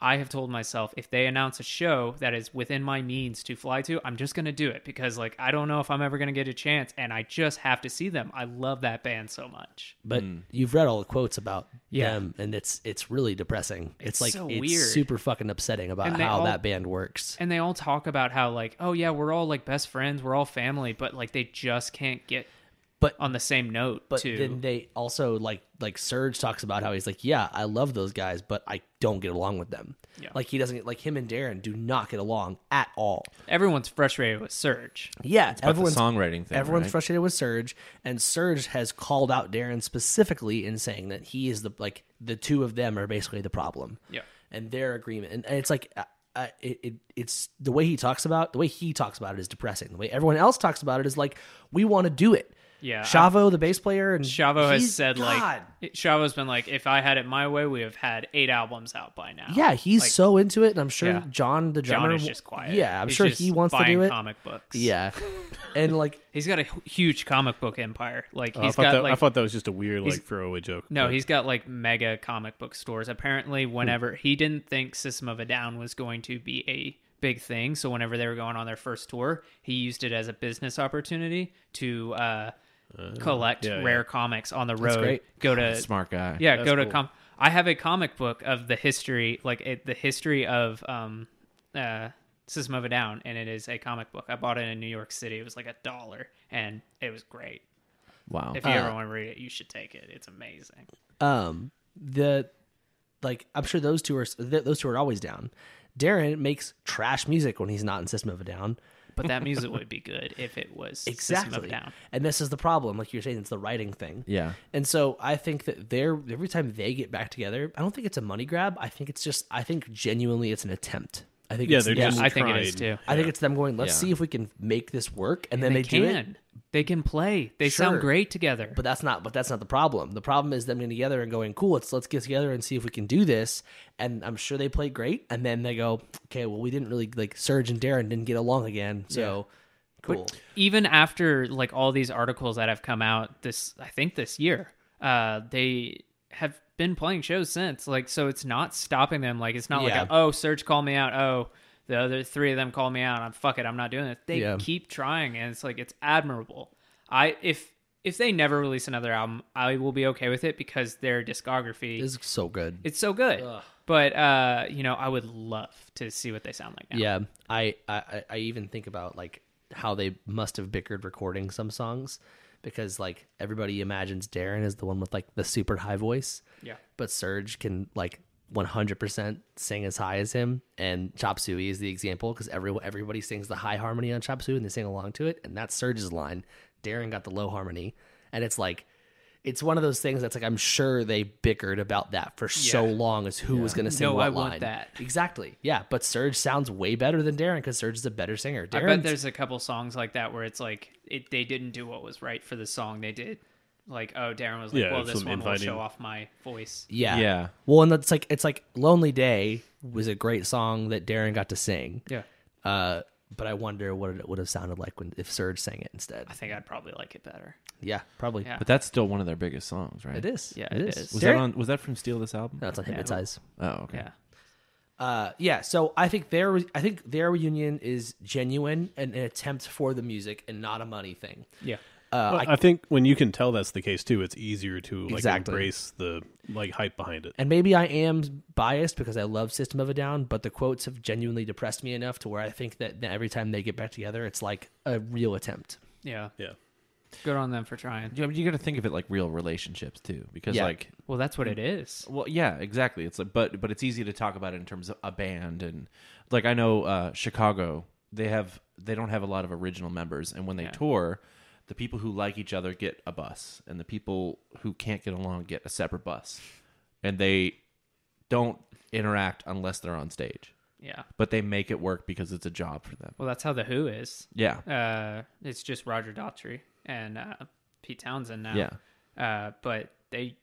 D: I have told myself if they announce a show that is within my means to fly to, I'm just gonna do it because like I don't know if I'm ever gonna get a chance, and I just have to see them. I love that band so much.
A: But
B: Hmm.
A: you've read all the quotes about
D: Yeah.
A: them, and it's it's really depressing. It's,
D: It's
A: like
D: so
A: it's
D: weird.
A: super fucking upsetting about
D: And they
A: how
D: all-
A: that band works.
D: And they all talk about how like, oh yeah, we're all like best friends, we're all family, but like they just can't get
A: But-
D: on the same note
A: But
D: to
A: then they also like like Serge talks about how he's like, yeah, I love those guys, but I don't get along with them.
D: Yeah.
A: Like he doesn't like him and Darren do not get along at all.
D: everyone's frustrated with Surge.
A: Yeah,
B: But the songwriting thing.
A: Everyone's
B: right?
A: frustrated with Serge, and Serge has called out Darren specifically in saying that he is the like the two of them are basically the problem.
D: Yeah.
A: and their agreement, and, and it's like. Uh, uh, it, it it's the way he talks about the way he talks about it is depressing. The way everyone else talks about it is like we want to do it.
D: Yeah, I-
A: Shavo, the bass player, and
D: Chavo has
A: he's-
D: said
A: God.
D: like Chavo's been like, if I had it my way, we have had eight albums out by now.
A: yeah, he's
D: Like,
A: so into it, and I'm sure
D: Yeah.
A: John the drummer,
D: John is
A: w-
D: just quiet.
A: Yeah, I'm
D: He's
A: sure
D: just
A: he wants to
D: buying
A: do it.
D: Comic books.
A: Yeah, and like
D: he's got a hu- huge comic book empire. Like
C: Oh, I
D: he's
C: thought
D: got
C: that,
D: like
C: I thought that was just a weird
D: he's-
C: like throwaway joke.
D: no,
C: but-
D: he's got like mega comic book stores. Apparently, whenever he didn't think System of a Down was going to be a big thing, so whenever they were going on their first tour, he used it as a business opportunity to uh, collect
C: Oh, yeah, yeah.
D: rare comics on the road.
A: great.
D: Go to
B: Smart guy.
D: Yeah,
C: That's
D: go to
C: cool.
D: com. I have a comic book of the history, like it, the history of um, uh, System of a Down, and it is a comic book. I bought it in New York City. It was like a dollar, and it was great.
B: Wow.
D: If you ever
A: Uh.
D: want to read it, you should take it. It's amazing.
A: um the like i'm sure those two are th- those two are always down darren makes trash music when he's not in system of a down
D: But that music would be good if it was System of a
A: exactly
D: Down.
A: and this is the problem like you're saying it's the writing thing
B: Yeah.
A: and so i think that they're every time they get back together i don't think it's a money grab i think it's just i think genuinely it's an attempt i think
C: yeah,
A: it's
C: they're
A: them-
C: just.
D: I think it is
C: trying-
D: too.
A: i think it's them going let's
B: Yeah.
A: see if we can make this work and, then
D: they,
A: they, do it
D: can. They can play. They sound
A: Sure.
D: great together.
A: but that's not but that's not the problem the problem is them getting together and going cool let's let's get together and see if we can do this and i'm sure they play great and then they go okay well we didn't really like serge and darren didn't get along again so cool
D: even after like all these articles that have come out this i think this year uh, they have been playing shows since. Like, so it's not stopping them. Like, it's not
A: Yeah.
D: like, oh, Surge called me out. Oh, the other three of them called me out. I'm fuck it. I'm not doing it. They
A: Yeah.
D: keep trying, and it's like it's admirable. I if if they never release another album, I will be okay with it because their discography
A: It's so good.
D: it's so good. But uh, you know, I would love to see what they sound like now.
A: Yeah, I, I I- I even think about like how they must have bickered recording some songs because like everybody imagines Darren is the one with like the super high voice.
D: Yeah.
A: But Serge can like 100% sing as high as him and Chop Suey is the example cuz everyone everybody sings the high harmony on Chop Suey and they sing along to it and that's Serge's line. Darren got the low harmony and it's like it's one of those things that's like I'm sure they bickered about that for so long as who was going to sing
D: No,
A: what
D: I
A: line.
D: want that.
A: Exactly. Yeah, but Serge sounds way better than Darren because Serge is a better singer.
D: I
A: Darren,
D: bet there's a couple songs like that where it's like it, they didn't do what was right for the song. They did like, oh, Darren was like,
C: Yeah,
D: well,
C: it's
D: this
C: some
D: one
C: inviting-
D: will show off my voice.
A: yeah,
B: Yeah.
A: Well, and that's like it's like "Lonely Day" was a great song that Darren got to sing.
D: Yeah,
A: Uh, but I wonder what it would have sounded like when if Serge sang it instead.
D: I think I'd probably like it better.
A: Yeah, probably.
D: Yeah.
B: But that's still one of their biggest songs, right?
A: It is.
D: Yeah, it is.
A: Darren-
B: Was that on? Was that from Steal This Album?
A: No, it's on Hypnotize.
B: Oh, okay.
D: Yeah,
A: Uh, yeah. So I think their I think their reunion is genuine and an attempt for the music and not a money thing.
D: yeah,
A: Uh,
C: Well, I, think when you can tell that's the case too, it's easier to like
A: Exactly.
C: embrace the like hype behind it.
A: And maybe I am biased because I love System of a Down, but the quotes have genuinely depressed me enough to where I think that every time they get back together, it's like a real attempt.
D: yeah.
C: Yeah,
D: Good on them for trying.
B: Yeah, but you got to think of it like real relationships too, because
A: Yeah.
B: like,
D: Well, that's what it is.
B: well, yeah, exactly. It's like, but but it's easy to talk about it in terms of a band and like I know uh, Chicago, they have they don't have a lot of original members, and when they
D: Yeah.
B: tour, the people who like each other get a bus, and the people who can't get along get a separate bus, and they don't interact unless they're on stage,
D: Yeah.
B: but they make it work because it's a job for them.
D: Well, that's how the Who is.
B: Yeah,
D: Uh, it's just Roger Daughtry and uh, Pete Townsend now.
B: yeah.
D: uh, but they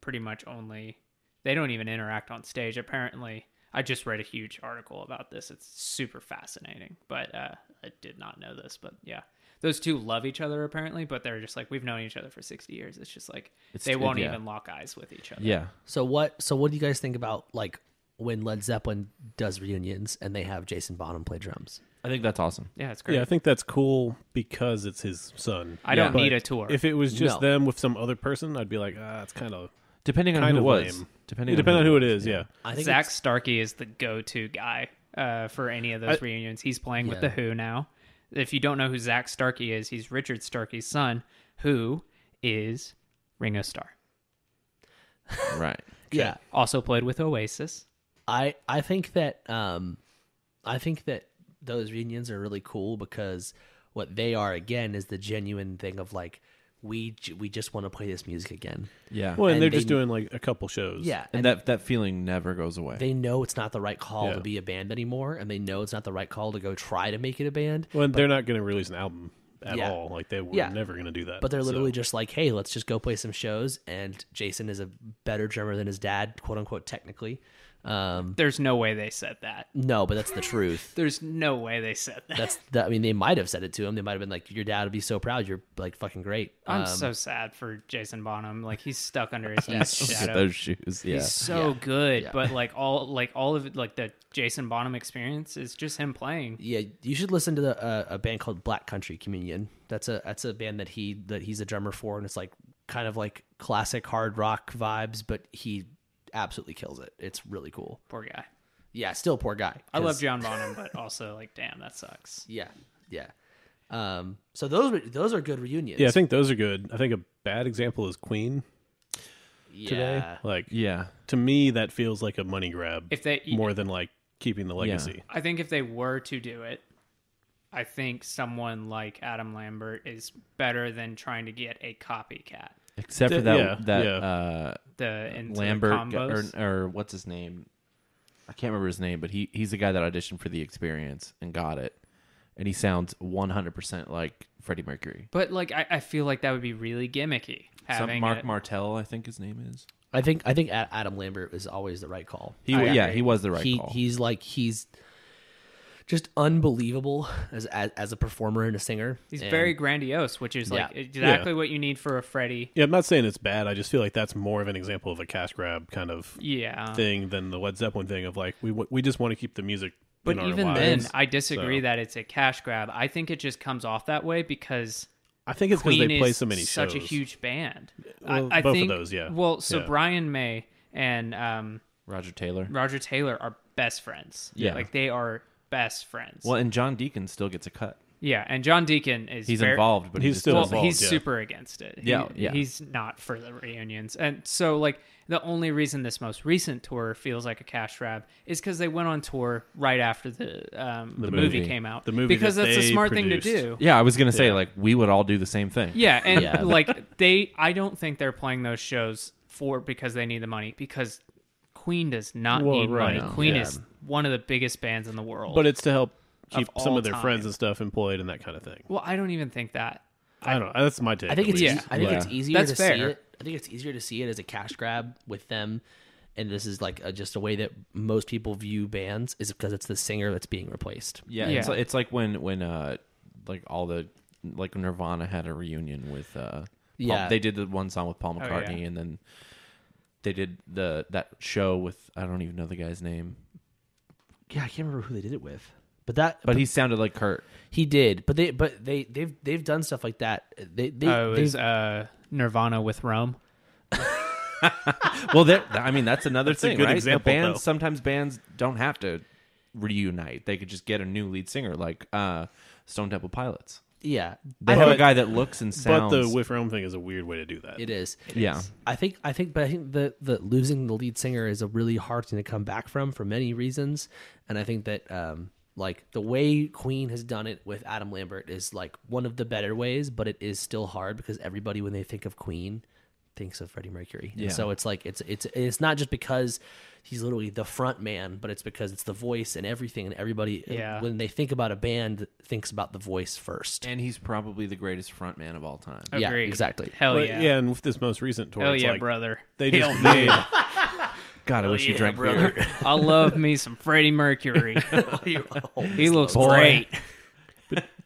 D: pretty much only they don't even interact on stage apparently i just read a huge article about this it's super fascinating but uh, i did not know this but yeah those two love each other apparently but they're just like we've known each other for 60 years it's just like
B: It's-
D: they won't
B: yeah.
D: even lock eyes with each other
B: Yeah.
A: So what? So what do you guys think about like when Led Zeppelin does reunions and they have Jason Bonham play drums?
B: I think that's awesome.
D: yeah it's great
C: yeah. I think that's cool because it's his son.
D: I don't
C: But
D: need a tour.
C: If it was just
A: No.
C: them with some other person, I'd be like, ah, it's kind of
B: Depending on
C: kind
B: who it
C: of
B: was.
C: lame.
B: Depending,
C: it depends on who it
B: was.
C: is. Yeah.
A: I think
D: zach
A: it's-
D: starkey is the go-to guy uh, for any of those
C: I-
D: reunions he's playing with
A: Yeah.
D: the who now if you don't know who zach starkey is he's richard starkey's son who is ringo starr
B: Right.
A: yeah.
D: also played with Oasis.
A: I I think that um, I think that those reunions are really cool because what they are again is the genuine thing of like we j- we just want to play this music again.
B: Yeah.
C: Well, and,
A: And
C: they're
A: they-
C: just doing like a couple shows.
A: Yeah,
B: and that that feeling never goes away.
A: they know it's not the right call
C: Yeah.
A: to be a band anymore, and they know it's not the right call to go try to make it a band.
C: Well, and they're not going to release an album at
A: Yeah.
C: all. Like they were
A: Yeah.
C: never going to do that.
A: But they're
C: So-
A: literally just like, hey, let's just go play some shows. And Jason is a better drummer than his dad, quote unquote, technically. Um,
D: There's no way they said that.
A: no, but that's the truth.
D: There's no way they said that.
A: That's the, I mean, they might have said it to him. They might have been like, your dad would be so proud. You're like fucking great.
D: I'm
A: Um,
D: so sad for Jason Bonham. Like he's stuck under his dad's
B: Look at
D: shadow.
B: those shoes. Yeah.
D: He's so good,
A: Yeah.
D: but like all like all of it, like the Jason Bonham experience is just him playing.
A: yeah, you should listen to the, uh, a band called Black Country Communion. That's a that's a band that he that he's a drummer for, and it's like kind of like classic hard rock vibes, but he absolutely kills it. It's really cool.
D: Poor guy.
A: Yeah, still poor guy.
D: I love
A: 'cause-
D: John Bonham, but also like, damn, that sucks.
A: Yeah, yeah. Um, so those were- those are good reunions.
C: Yeah, I think those are good. I think a bad example is Queen today. Like
B: yeah.
C: to me, that feels like a money grab
D: If they,
C: more than like keeping the legacy.
D: I think if they were to do it, I think someone like Adam Lambert is better than trying to get a copycat.
B: Except for
C: Th-
B: that
C: yeah,
B: that
C: yeah.
B: uh
D: The into the
B: Lambert g-
D: combos.
B: or, or what's his name? I can't remember his name, but he he's the guy that auditioned for the experience and got it. And he sounds 100% like Freddie Mercury.
D: But like, I, I feel like that would be really gimmicky.
B: Some-
D: Having
B: Mark
D: it-
B: Martel, I think his name is.
A: I think I think A- Adam Lambert is always the right call.
B: He
D: I
B: yeah,
D: agree.
B: he was the right
A: he
B: call.
A: he's like he's just unbelievable as as, as a performer and a singer.
D: He's
A: And-
D: very grandiose, which is like
A: Yeah.
D: exactly what you need for a Freddy.
C: Yeah, I'm not saying it's bad. I just feel like that's more of an example of a cash grab kind of
D: Yeah.
C: thing than the Led Zeppelin thing of like we w- we just want to keep the music.
D: But
C: in our
D: even
C: lives.
D: then, I disagree
C: so-
D: that it's a cash grab. I think it just comes off that way because
C: I think it's because
D: Queen
C: they play
D: is
C: so many
D: such
C: shows.
D: a huge band.
C: Well,
D: I, I
C: both of
D: think,
C: those, yeah.
D: Well, so
C: Yeah.
D: Brian May and um,
B: Roger Taylor.
D: Roger Taylor are best friends.
B: Yeah.
D: like they are best friends.
B: Well, and John Deacon still gets a cut.
D: Yeah, and John Deacon is
B: He's
D: very-
B: involved, but
C: He's
B: he's
C: still
D: Well,
C: involved,
D: he's
C: yeah.
D: super against it. He-
B: Yeah, yeah.
D: He's not for the reunions, and so like the only reason this most recent tour feels like a cash grab is because they went on tour right after the um, the, movie.
B: movie.
D: came out.
C: The movie
D: because
C: that
D: that's
C: they
D: a smart thing to
C: produced.
D: do.
B: Yeah, I was gonna say like we would all do the same thing.
D: Yeah, and
A: Yeah.
D: like they, I don't think they're playing those shows for because they need the money because Queen does not
C: Well,
D: need
C: right.
D: money. Queen is one of the biggest bands in the world.
C: but it's to help keep
D: all
C: some of their
D: time.
C: friends and stuff employed and that kind of thing.
D: well, I don't even think that.
C: I don't know. That's my take.
A: I think
C: at
A: it's
C: least.
A: yeah. I think
B: Yeah.
A: it's easier
D: That's
A: to see
D: fair.
A: it. I think it's easier to see it as a cash grab with them, and this is like a, just a way that most people view bands is because it's the singer that's being replaced.
B: yeah.
D: Yeah.
B: It's, like- it's like when when uh like all the like Nirvana had a reunion with uh Paul,
A: Yeah.
B: they did the one song with
C: Oh,
B: Paul
D: yeah.
B: McCartney and then they did the that show with I don't even know the guy's name
A: Yeah, I can't remember who they did it with, but that
B: but he sounded like Kurt.
A: he did. But they but they they've they've done stuff like that. They they,
D: Oh,
A: they
D: is uh, Nirvana with Rome?
B: Well, that I mean that's another
C: That's a
B: thing,
C: good
B: right? The
C: example,
B: bands
C: though.
B: sometimes bands don't have to reunite; they could just get a new lead singer, like uh Stone Temple Pilots.
A: yeah.
B: They
A: I
B: have
A: know
B: a guy that looks and
C: But
B: sounds.
C: the with Rome thing is a weird way to do that.
A: it is.
B: yeah,
A: I think I think but I think that the losing the lead singer is a really hard thing to come back from for many reasons. And I think that um like the way Queen has done it with Adam Lambert is like one of the better ways, but it is still hard because everybody when they think of Queen thinks of Freddie Mercury. And
B: Yeah.
A: so it's like it's it's it's not just because he's literally the front man, but it's because it's the voice and everything and everybody
D: Yeah.
A: when they think about a band thinks about the voice first.
B: and he's probably the greatest frontman of all time.
C: Oh,
A: Yeah,
D: Agreed.
A: exactly.
D: Hell
C: But,
D: Oh, yeah.
C: yeah, and with this most recent tour,
D: Hell
C: it's
D: yeah,
C: like
D: brother.
C: they
D: Hell
C: just made
B: God, I
C: oh,
B: wish you drank beer.
D: I love me some Freddie Mercury. he looks great.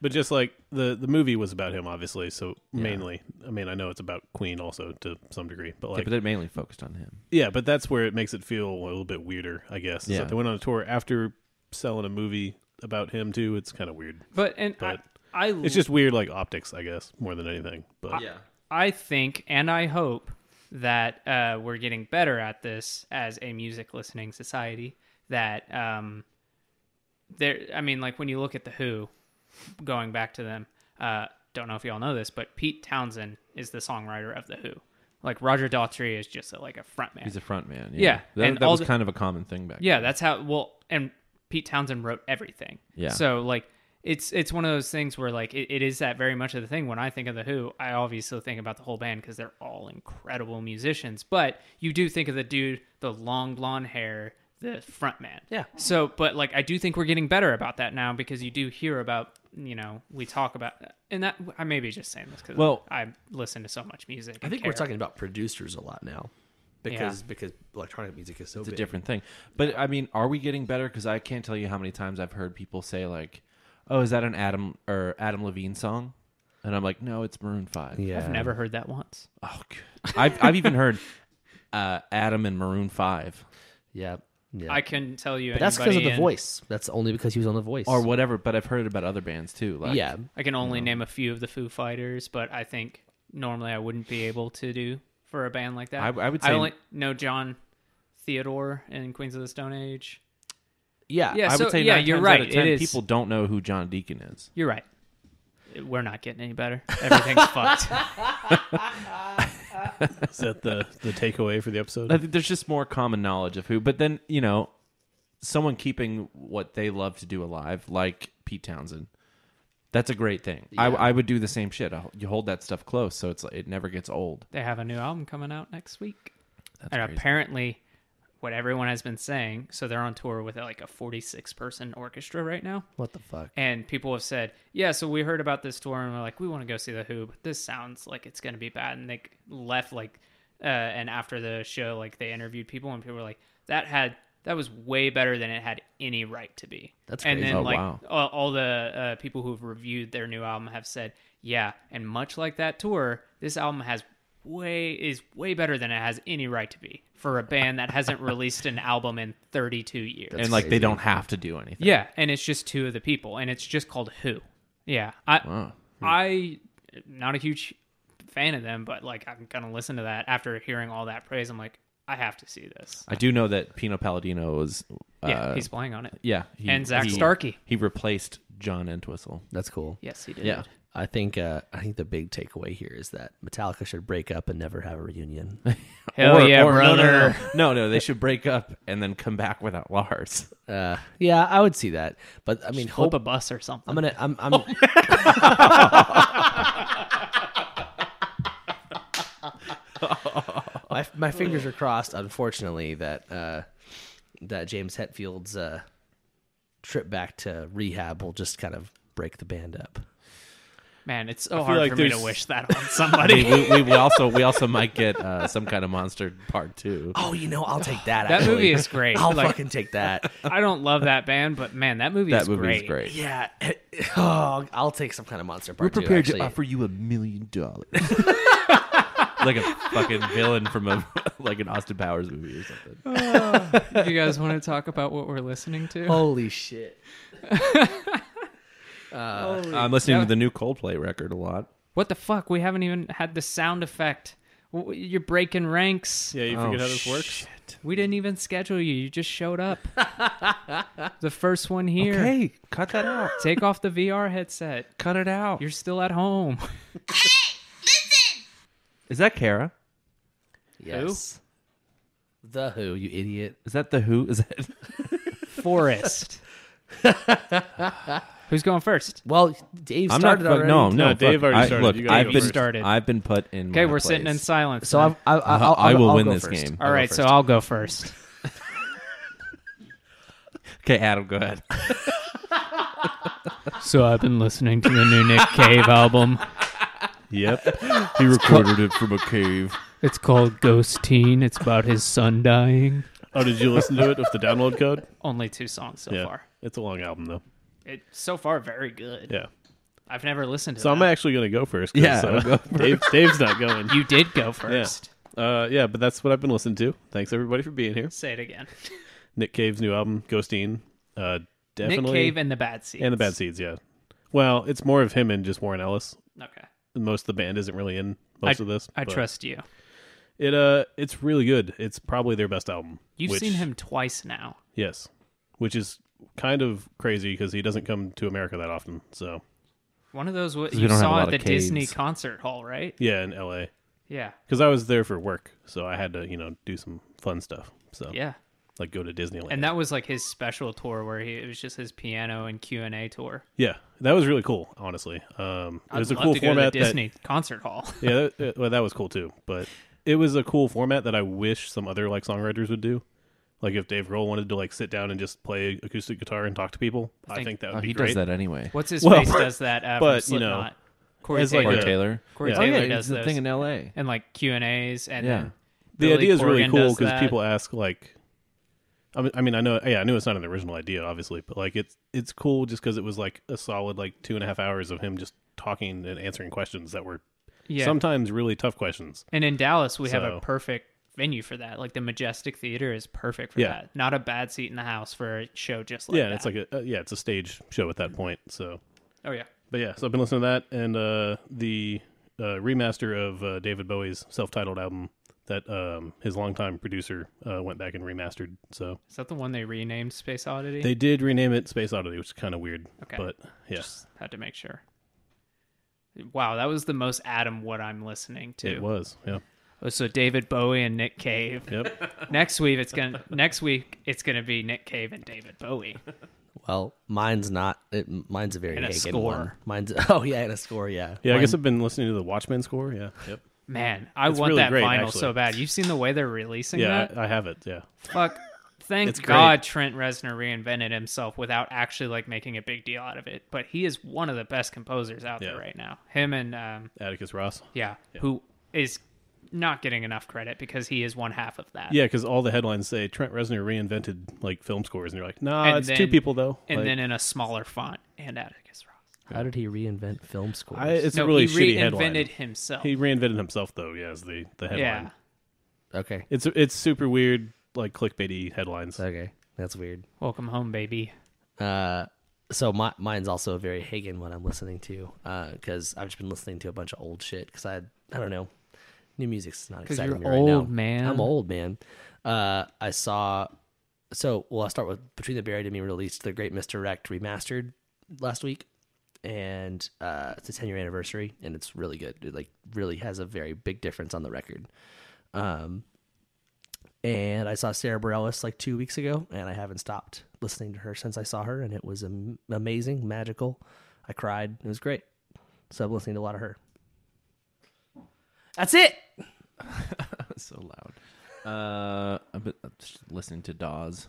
C: But just like the the movie was about him, obviously. So mainly, I mean, I know it's about Queen also to some degree, but
B: Yeah,
C: like,
B: but it mainly focused on him.
C: that's where it makes it feel a little bit weirder, I guess. is
B: Yeah.
C: that they went on a tour after selling a movie about him too. It's kind of weird.
D: But and
C: But
D: I, I
C: It's just weird, like optics, I guess, more than anything. But
D: I think and I hope that uh, we're getting better at this as a music listening society. That um, there, I mean, like when you look at the Who, going back to them, uh, don't know if y'all know this, but Pete Townsend is the songwriter of the Who. Like Roger Daughtry is just a, like a frontman.
B: He's a frontman. Yeah,
D: Yeah,
B: That,
D: and
B: that
D: all
B: was
D: the-
B: kind of a common thing back.
D: Yeah,
B: then.
D: that's how. Well, and Pete Townsend wrote everything.
B: Yeah.
D: So like, it's it's one of those things where like it, it is that very much of the thing. When I think of the Who, I obviously think about the whole band because they're all incredible musicians. But you do think of the dude, the long blonde hair, the front man.
A: Yeah.
D: So, but like, I do think we're getting better about that now because you do hear about you know we talk about and that I may be just saying this because
B: Well-
D: I listen to so much music.
A: I
D: and
A: think
D: care.
A: we're talking about producers a lot now because because electronic music is so
B: it's a
A: big.
B: different thing. But I mean, are we getting better? Because I can't tell you how many times I've heard people say like, "Oh, is that an Adam or Adam Levine song?" And I'm like, "No, it's Maroon 5.
A: Yeah,
D: I've never heard that once.
B: Oh, God. I've I've even heard uh, Adam and Maroon Five
A: Yeah, yeah.
D: I couldn't tell you.
A: but that's because
D: anybody
A: of the
D: in-
A: voice. That's only because he was on the voice.
B: or whatever. But I've heard about other bands too. Like,
A: yeah,
D: I can only name a few of the Foo Fighters, but I think normally I wouldn't be able to do for a band like that.
B: I- I would say-
D: I only know John Theodore in Queens of the Stone Age.
A: yeah,
D: Yeah,
B: I
D: so
B: would say
D: yeah,
B: nine
D: you're
B: times
D: right.
B: out of ten
D: it is.
B: people don't know who John Deacon is.
D: You're right. We're not getting any better. Everything's fucked.
C: is that the the takeaway for the
B: I
C: episode?
B: think there's just more common knowledge of who. But then you know, someone keeping what they love to do alive, like Pete Townsend, that's a great thing. I, I would do the same shit. I, you hold that stuff close, so it's like, it never gets old.
D: They have a new album coming out next week.
B: That's
D: and
B: crazy.
D: apparently what everyone has been saying, so they're on tour with like a 46 person orchestra right now.
A: What the fuck?
D: And people have said, yeah, so we heard about this tour and we're like, we want to go see The Who, but this sounds like it's going to be bad. And they left, like, uh, and after the show, like, they interviewed people and people were like, that had that was way better than it had any right to be.
A: That's
D: and
A: crazy.
D: then
B: Oh,
D: like
B: wow.
D: all, all the uh, people who've reviewed their new album have said, yeah, and much like that tour, this album has way is way better than it has any right to be for a band that hasn't released an album in 32 years.
A: That's
B: and like
A: crazy.
B: they don't have to do anything.
D: Yeah, and it's just two of the people, and it's just called Who. Yeah, I
B: Wow. Hmm.
D: I not a huge fan of them, but like I'm gonna listen to that after hearing all that praise. I'm like, I have to see this.
B: I do know that Pino Palladino was. Uh,
D: yeah, he's playing on it.
B: yeah, he-
D: and Zach
B: he-
D: Starkey.
B: He replaced John Entwistle.
A: That's cool.
D: Yes, he did.
B: Yeah.
A: I think uh, I think the big takeaway here is that Metallica should break up and never have a reunion.
D: Hell Oh, yeah,
B: no, no,
D: brother.
B: no, no, no, they should break up and then come back without Lars.
A: uh, yeah, I would see that. But I mean,
D: Flip
A: hope
D: a bus or something.
A: I'm gonna. I'm. I'm Oh, my my fingers are crossed. Unfortunately, that uh, that James Hetfield's uh, trip back to rehab will just kind of break the band up.
D: Man, it's so hard
C: like
D: for me to
C: there's-
D: wish that on
B: I
D: somebody.
B: mean, we, we, we also we also might get uh, some kind of monster part two.
A: Oh, you know, I'll take that.
D: That
A: actually.
D: movie is great.
A: I'll
D: Like-
A: fucking take that.
D: I don't love that band, but man, that movie
B: that
D: is
B: movie
D: great.
B: is great.
A: Yeah. Oh, I'll take some kind of monster part. two, actually.
B: you a million dollars. like a fucking villain from a like an Austin Powers movie or something.
D: you guys want to talk about what we're listening to?
A: Holy shit.
B: I'm listening to the new Coldplay record a lot.
D: What the fuck? We haven't even had the sound effect. W- You're breaking ranks.
C: Yeah, you forget how
B: Oh,
C: this works.
D: We didn't even schedule you. You just showed up. the first one here.
B: Hey, cut that out.
D: Take off the VR headset.
B: Cut it out.
D: You're still at home.
B: Is that Kara?
A: Yes. The Who, you idiot.
B: Is that the Who? Is that
D: Forest. Who's going first?
A: Well, Dave
B: I'm
A: started
B: not. fuck-
A: already.
B: No, no.
C: No, Dave
B: fuck.
C: already
B: I-
C: started.
B: Look,
C: You gotta
B: I've
D: go
B: been
D: first. started.
B: I've been put in.
D: Okay,
B: my
D: we're sitting in
B: place.
D: silence.
A: So
D: then.
A: I'm, I, I, I'll,
B: Uh-huh. I will
A: I'll
B: win
A: go
B: this
A: first.
B: game.
A: I'll
D: All
A: go
D: right, so
A: first.
D: I'll go first.
B: Okay, Adam, go ahead.
D: So I've been listening to the new Nick Cave album.
C: Yep.
B: He recorded it from a cave.
D: It's called Ghost Teen. It's about his son dying.
C: oh, did you listen to it with the download code?
D: Only two songs so
C: Yeah.
D: far.
C: It's a long album though.
D: It so far very good.
C: Yeah.
D: I've never listened to
C: So
D: that.
C: I'm actually gonna go first. 'cause,
B: Yeah,
C: uh,
B: I'll go
C: Dave, Dave's not going.
D: you did go first.
C: Uh, yeah, but that's what I've been listening to. Thanks everybody for being here.
D: Say it again.
C: Nick Cave's new album, Ghostine. Uh, definitely.
D: Nick Cave and the Bad Seeds.
C: and the Bad Seeds. Yeah. Well, it's more of him and just Warren Ellis.
D: Okay.
C: Most of the band isn't really in
D: I,
C: most of this.
D: I
C: but
D: trust you.
C: it. Uh, it's really good. It's probably their best album.
D: You've
C: which-
D: seen him twice now.
C: Yes, which is kind of crazy because he doesn't come to America that often. So
D: One of those what
B: we
D: you
B: don't have a
D: saw
B: lot
D: at the
B: of
D: Disney
B: caves.
D: concert hall, right?
C: yeah, in L.A.
D: Yeah.
C: because I was there for work, so I had to you know do some fun stuff. So
D: Yeah.
C: like go to Disneyland.
D: And that was like his special tour where he it was just his piano and Q and A tour.
C: yeah, that was really cool. Honestly, um, it
D: I'd
C: was a
D: love
C: cool
D: to go to the
C: format. that,
D: Disney concert hall.
C: yeah, that, uh, well, that was cool too. But it was a cool format that I wish some other like songwriters would do. Like if Dave Grohl wanted to like sit down and just play acoustic guitar and talk to people, I think,
D: think- uh,
C: that would
B: Oh,
C: be
B: he
C: great.
B: does that anyway.
D: What's his
C: Well,
D: face does that uh,
C: but,
D: from
C: you know,
D: Slipknot? Corey
C: as like
B: Corey
D: Taylor.
C: Yeah.
B: Taylor.
D: Corey
C: Yeah.
B: Oh,
D: Taylor
B: yeah,
D: does
B: it's the
D: those.
B: thing in L.A.
D: and like Q and A's and
B: Yeah.
D: then
C: The
D: Billy
C: idea is really
D: Corgan
C: cool
D: does
C: because
D: that.
C: people ask like, I mean, I mean, I know, yeah, I knew it's not an original idea, obviously, but like it's it's cool just because it was like a solid like two and a half hours of him just talking and answering questions that were
D: yeah.
C: sometimes really tough questions.
D: And in Dallas, we have a
C: So-
D: perfect venue for that. Like the Majestic Theater is perfect for
C: Yeah.
D: that. Not a bad seat in the house for a show just like
C: yeah,
D: that.
C: and it's like a uh, yeah, it's a stage show at that point. So,
D: oh yeah,
C: but yeah, so I've been listening to that and uh, the uh, remaster of uh, David Bowie's self-titled album that um, his longtime producer uh, went back and remastered. So
D: is that the one they renamed Space Oddity?
C: they did rename it Space Oddity, which is kind of weird,
D: Okay.
C: but yeah.
D: Just had to make sure. Wow, that was the most Adam what I'm listening to.
C: It was, yeah,
D: Oh, so David Bowie and Nick Cave.
C: yep.
D: Next week it's gonna next week it's gonna be Nick Cave and David Bowie.
A: Well, mine's not. It, mine's a very
D: And a
A: Hagen
D: score.
A: one. Mine's oh yeah, and a score. Yeah,
C: Yeah, I
A: Mine-
C: guess I've been listening to the Watchmen score. Yeah, yep.
D: Man, I
C: It's
D: want
C: really
D: that
C: great,
D: vinyl
C: actually.
D: so bad. You've seen the way they're releasing
C: Yeah,
D: that?
C: I, I have it. Yeah,
D: Fuck. Thank
C: It's great.
D: God Trent Reznor reinvented himself without actually like making a big deal out of it. But he is one of the best composers out there
C: Yeah.
D: right now. Him and um,
C: Atticus Ross.
D: yeah, who is not getting enough credit because he is one half of that.
C: Yeah, because all the headlines say Trent Reznor reinvented like film scores, and you're like, nah,
D: And
C: it's two
D: then-
C: people though.
D: And
C: Like,
D: then in a smaller font and Atticus Ross.
A: How did he reinvent film scores?
C: I, it's
D: no,
C: a really
D: he
C: shitty
D: reinvented
C: headline.
D: himself.
C: He reinvented himself though. Yeah, as the the headline.
D: yeah.
A: okay,
C: It's it's super weird, like clickbaity headlines.
A: okay, that's weird.
D: Welcome home, baby.
A: Uh, so my mine's also a very Hagen one I'm listening to because I've just been listening to a bunch of old shit because I I don't know new music's not
D: 'Cause
A: exciting
D: you're
A: me right now.
D: old, man.
A: I'm old man. Uh, I saw so well. I'll start with Between the Buried and Me released the Great Misdirect remastered last week, and uh, it's a 10 year anniversary, and it's really good. It like really has a very big difference on the record. Um, and I saw Sarah Bareilles like two weeks ago, and I haven't stopped listening to her since I saw her, and it was am- amazing, magical. I cried. It was great. So I'm listening to a lot of her. That's it.
B: so loud. Uh, I've been I'm just listening to Dawes.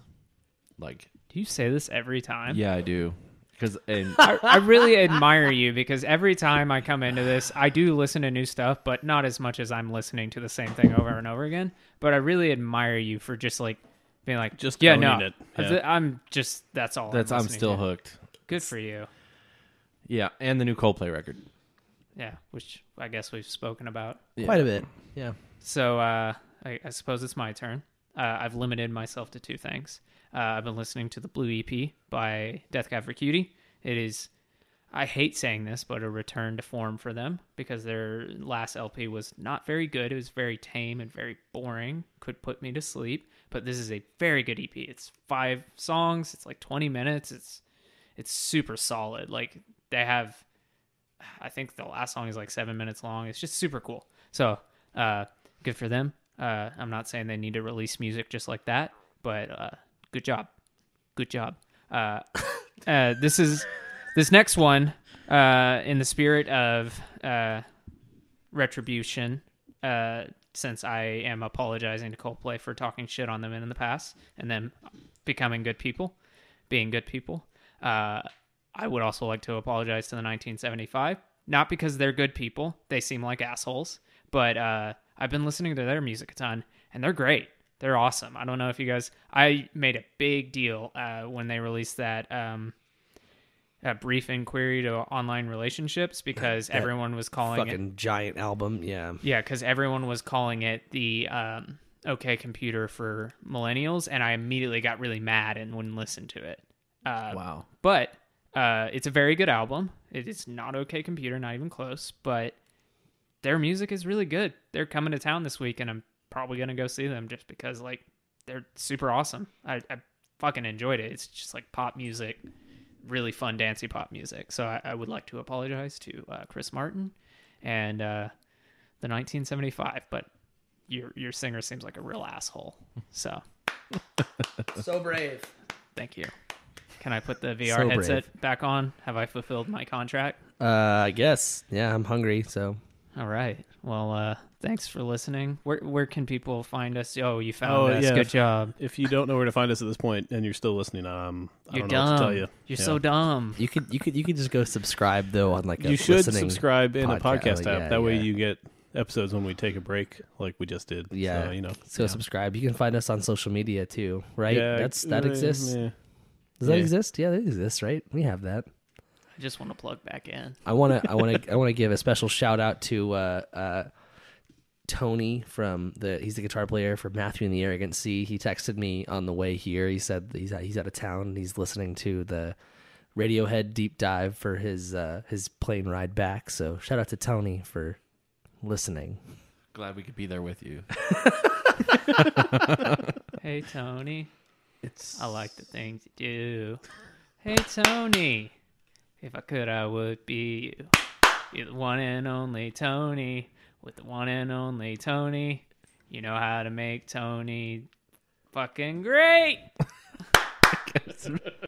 B: Like,
D: Do you say this every time?
B: yeah, I do. Because and
D: I, I really admire you because every time I come into this, I do listen to new stuff, but not as much as I'm listening to the same thing over and over again. But I really admire you for just like being like,
C: Just
D: yeah,
C: owning
D: no,
C: it. Yeah.
D: I'm just that's all.
B: that's I'm
D: listening
B: still
D: to.
B: hooked.
D: Good for you.
B: Yeah, and the new Coldplay record.
D: Yeah, which I guess we've spoken about.
A: Quite a bit. Yeah.
D: So uh, I, I suppose it's my turn. Uh, I've limited myself to two things. Uh, I've been listening to the Blue EP by Death Cab for Cutie. It is, I hate saying this, but a return to form for them because their last LP was not very good. It was very tame and very boring, could put me to sleep. But this is a very good EP. It's five songs. It's like twenty minutes. It's it's super solid. Like they have I think the last song is like seven minutes long. It's just super cool. So uh, good for them. Uh, I'm not saying they need to release music just like that, but uh, good job, good job. Uh, uh, this is this next one uh, in the spirit of uh, retribution. Uh, since I am apologizing to Coldplay for talking shit on them in the past and them becoming good people, being good people. Uh, I would also like to apologize to the 1975, not because they're good people, they seem like assholes, but uh, I've been listening to their music a ton, and they're great. They're awesome. I don't know if you guys, I made a big deal uh, when they released that. Um, a brief inquiry to online relationships because everyone was calling it
A: Fucking giant album. Yeah.
D: yeah, because everyone was calling it the um, OK computer for millennials, and I immediately got really mad and wouldn't listen to it. Uh,
B: Wow.
D: But uh, it's a very good album. It is not OK computer, not even close. But their music is really good. They're coming to town this week, and I'm probably gonna go see them just because like they're super awesome. I, I fucking enjoyed it. It's just like pop music, really fun dancey pop music. So I, I would like to apologize to uh, Chris Martin and uh, the 1975, but your your singer seems like a real asshole. So
A: So brave.
D: thank you. Can I put the VR
A: So brave.
D: headset back on? Have I fulfilled my contract?
A: Uh, I guess. Yeah, I'm hungry, so
D: All right. Well, uh, thanks for listening. Where where can people find us? Oh, you found
C: Oh,
D: us.
C: yeah.
D: Good job.
C: If you don't know where to find us at this point, and you're still listening, um, I
D: You're
C: don't know what
D: dumb.
C: to tell you.
D: You're
C: Yeah.
D: so dumb.
A: you could you could you could just go subscribe though on like a
C: you should
A: listening
C: subscribe in
A: podcast.
C: a
A: Oh,
C: podcast app.
A: Yeah,
C: that way,
A: yeah.
C: you get episodes when we take a break, like we just did.
A: Yeah.
C: so, you know.
A: So subscribe. You can find us on social media too, right? That's that
C: uh,
A: exists.
C: yeah.
A: Does that
C: yeah.
A: exist? Yeah, that exists, right? We have that.
D: I just want to plug back in.
A: I want to I want to I want to give a special shout out to uh, uh, Tony from the he's the guitar player for Matthew and the Arrogant Sea. He texted me on the way here. He said that he's out, he's out of town and he's listening to the Radiohead deep dive for his uh, his plane ride back. So shout out to Tony for listening.
B: Glad we could be there with you.
D: Hey Tony,
B: It's
D: I like the things you do. Hey Tony, if I could, I would be you. You're the one and only Tony with the one and only Tony. You know how to make Tony fucking great.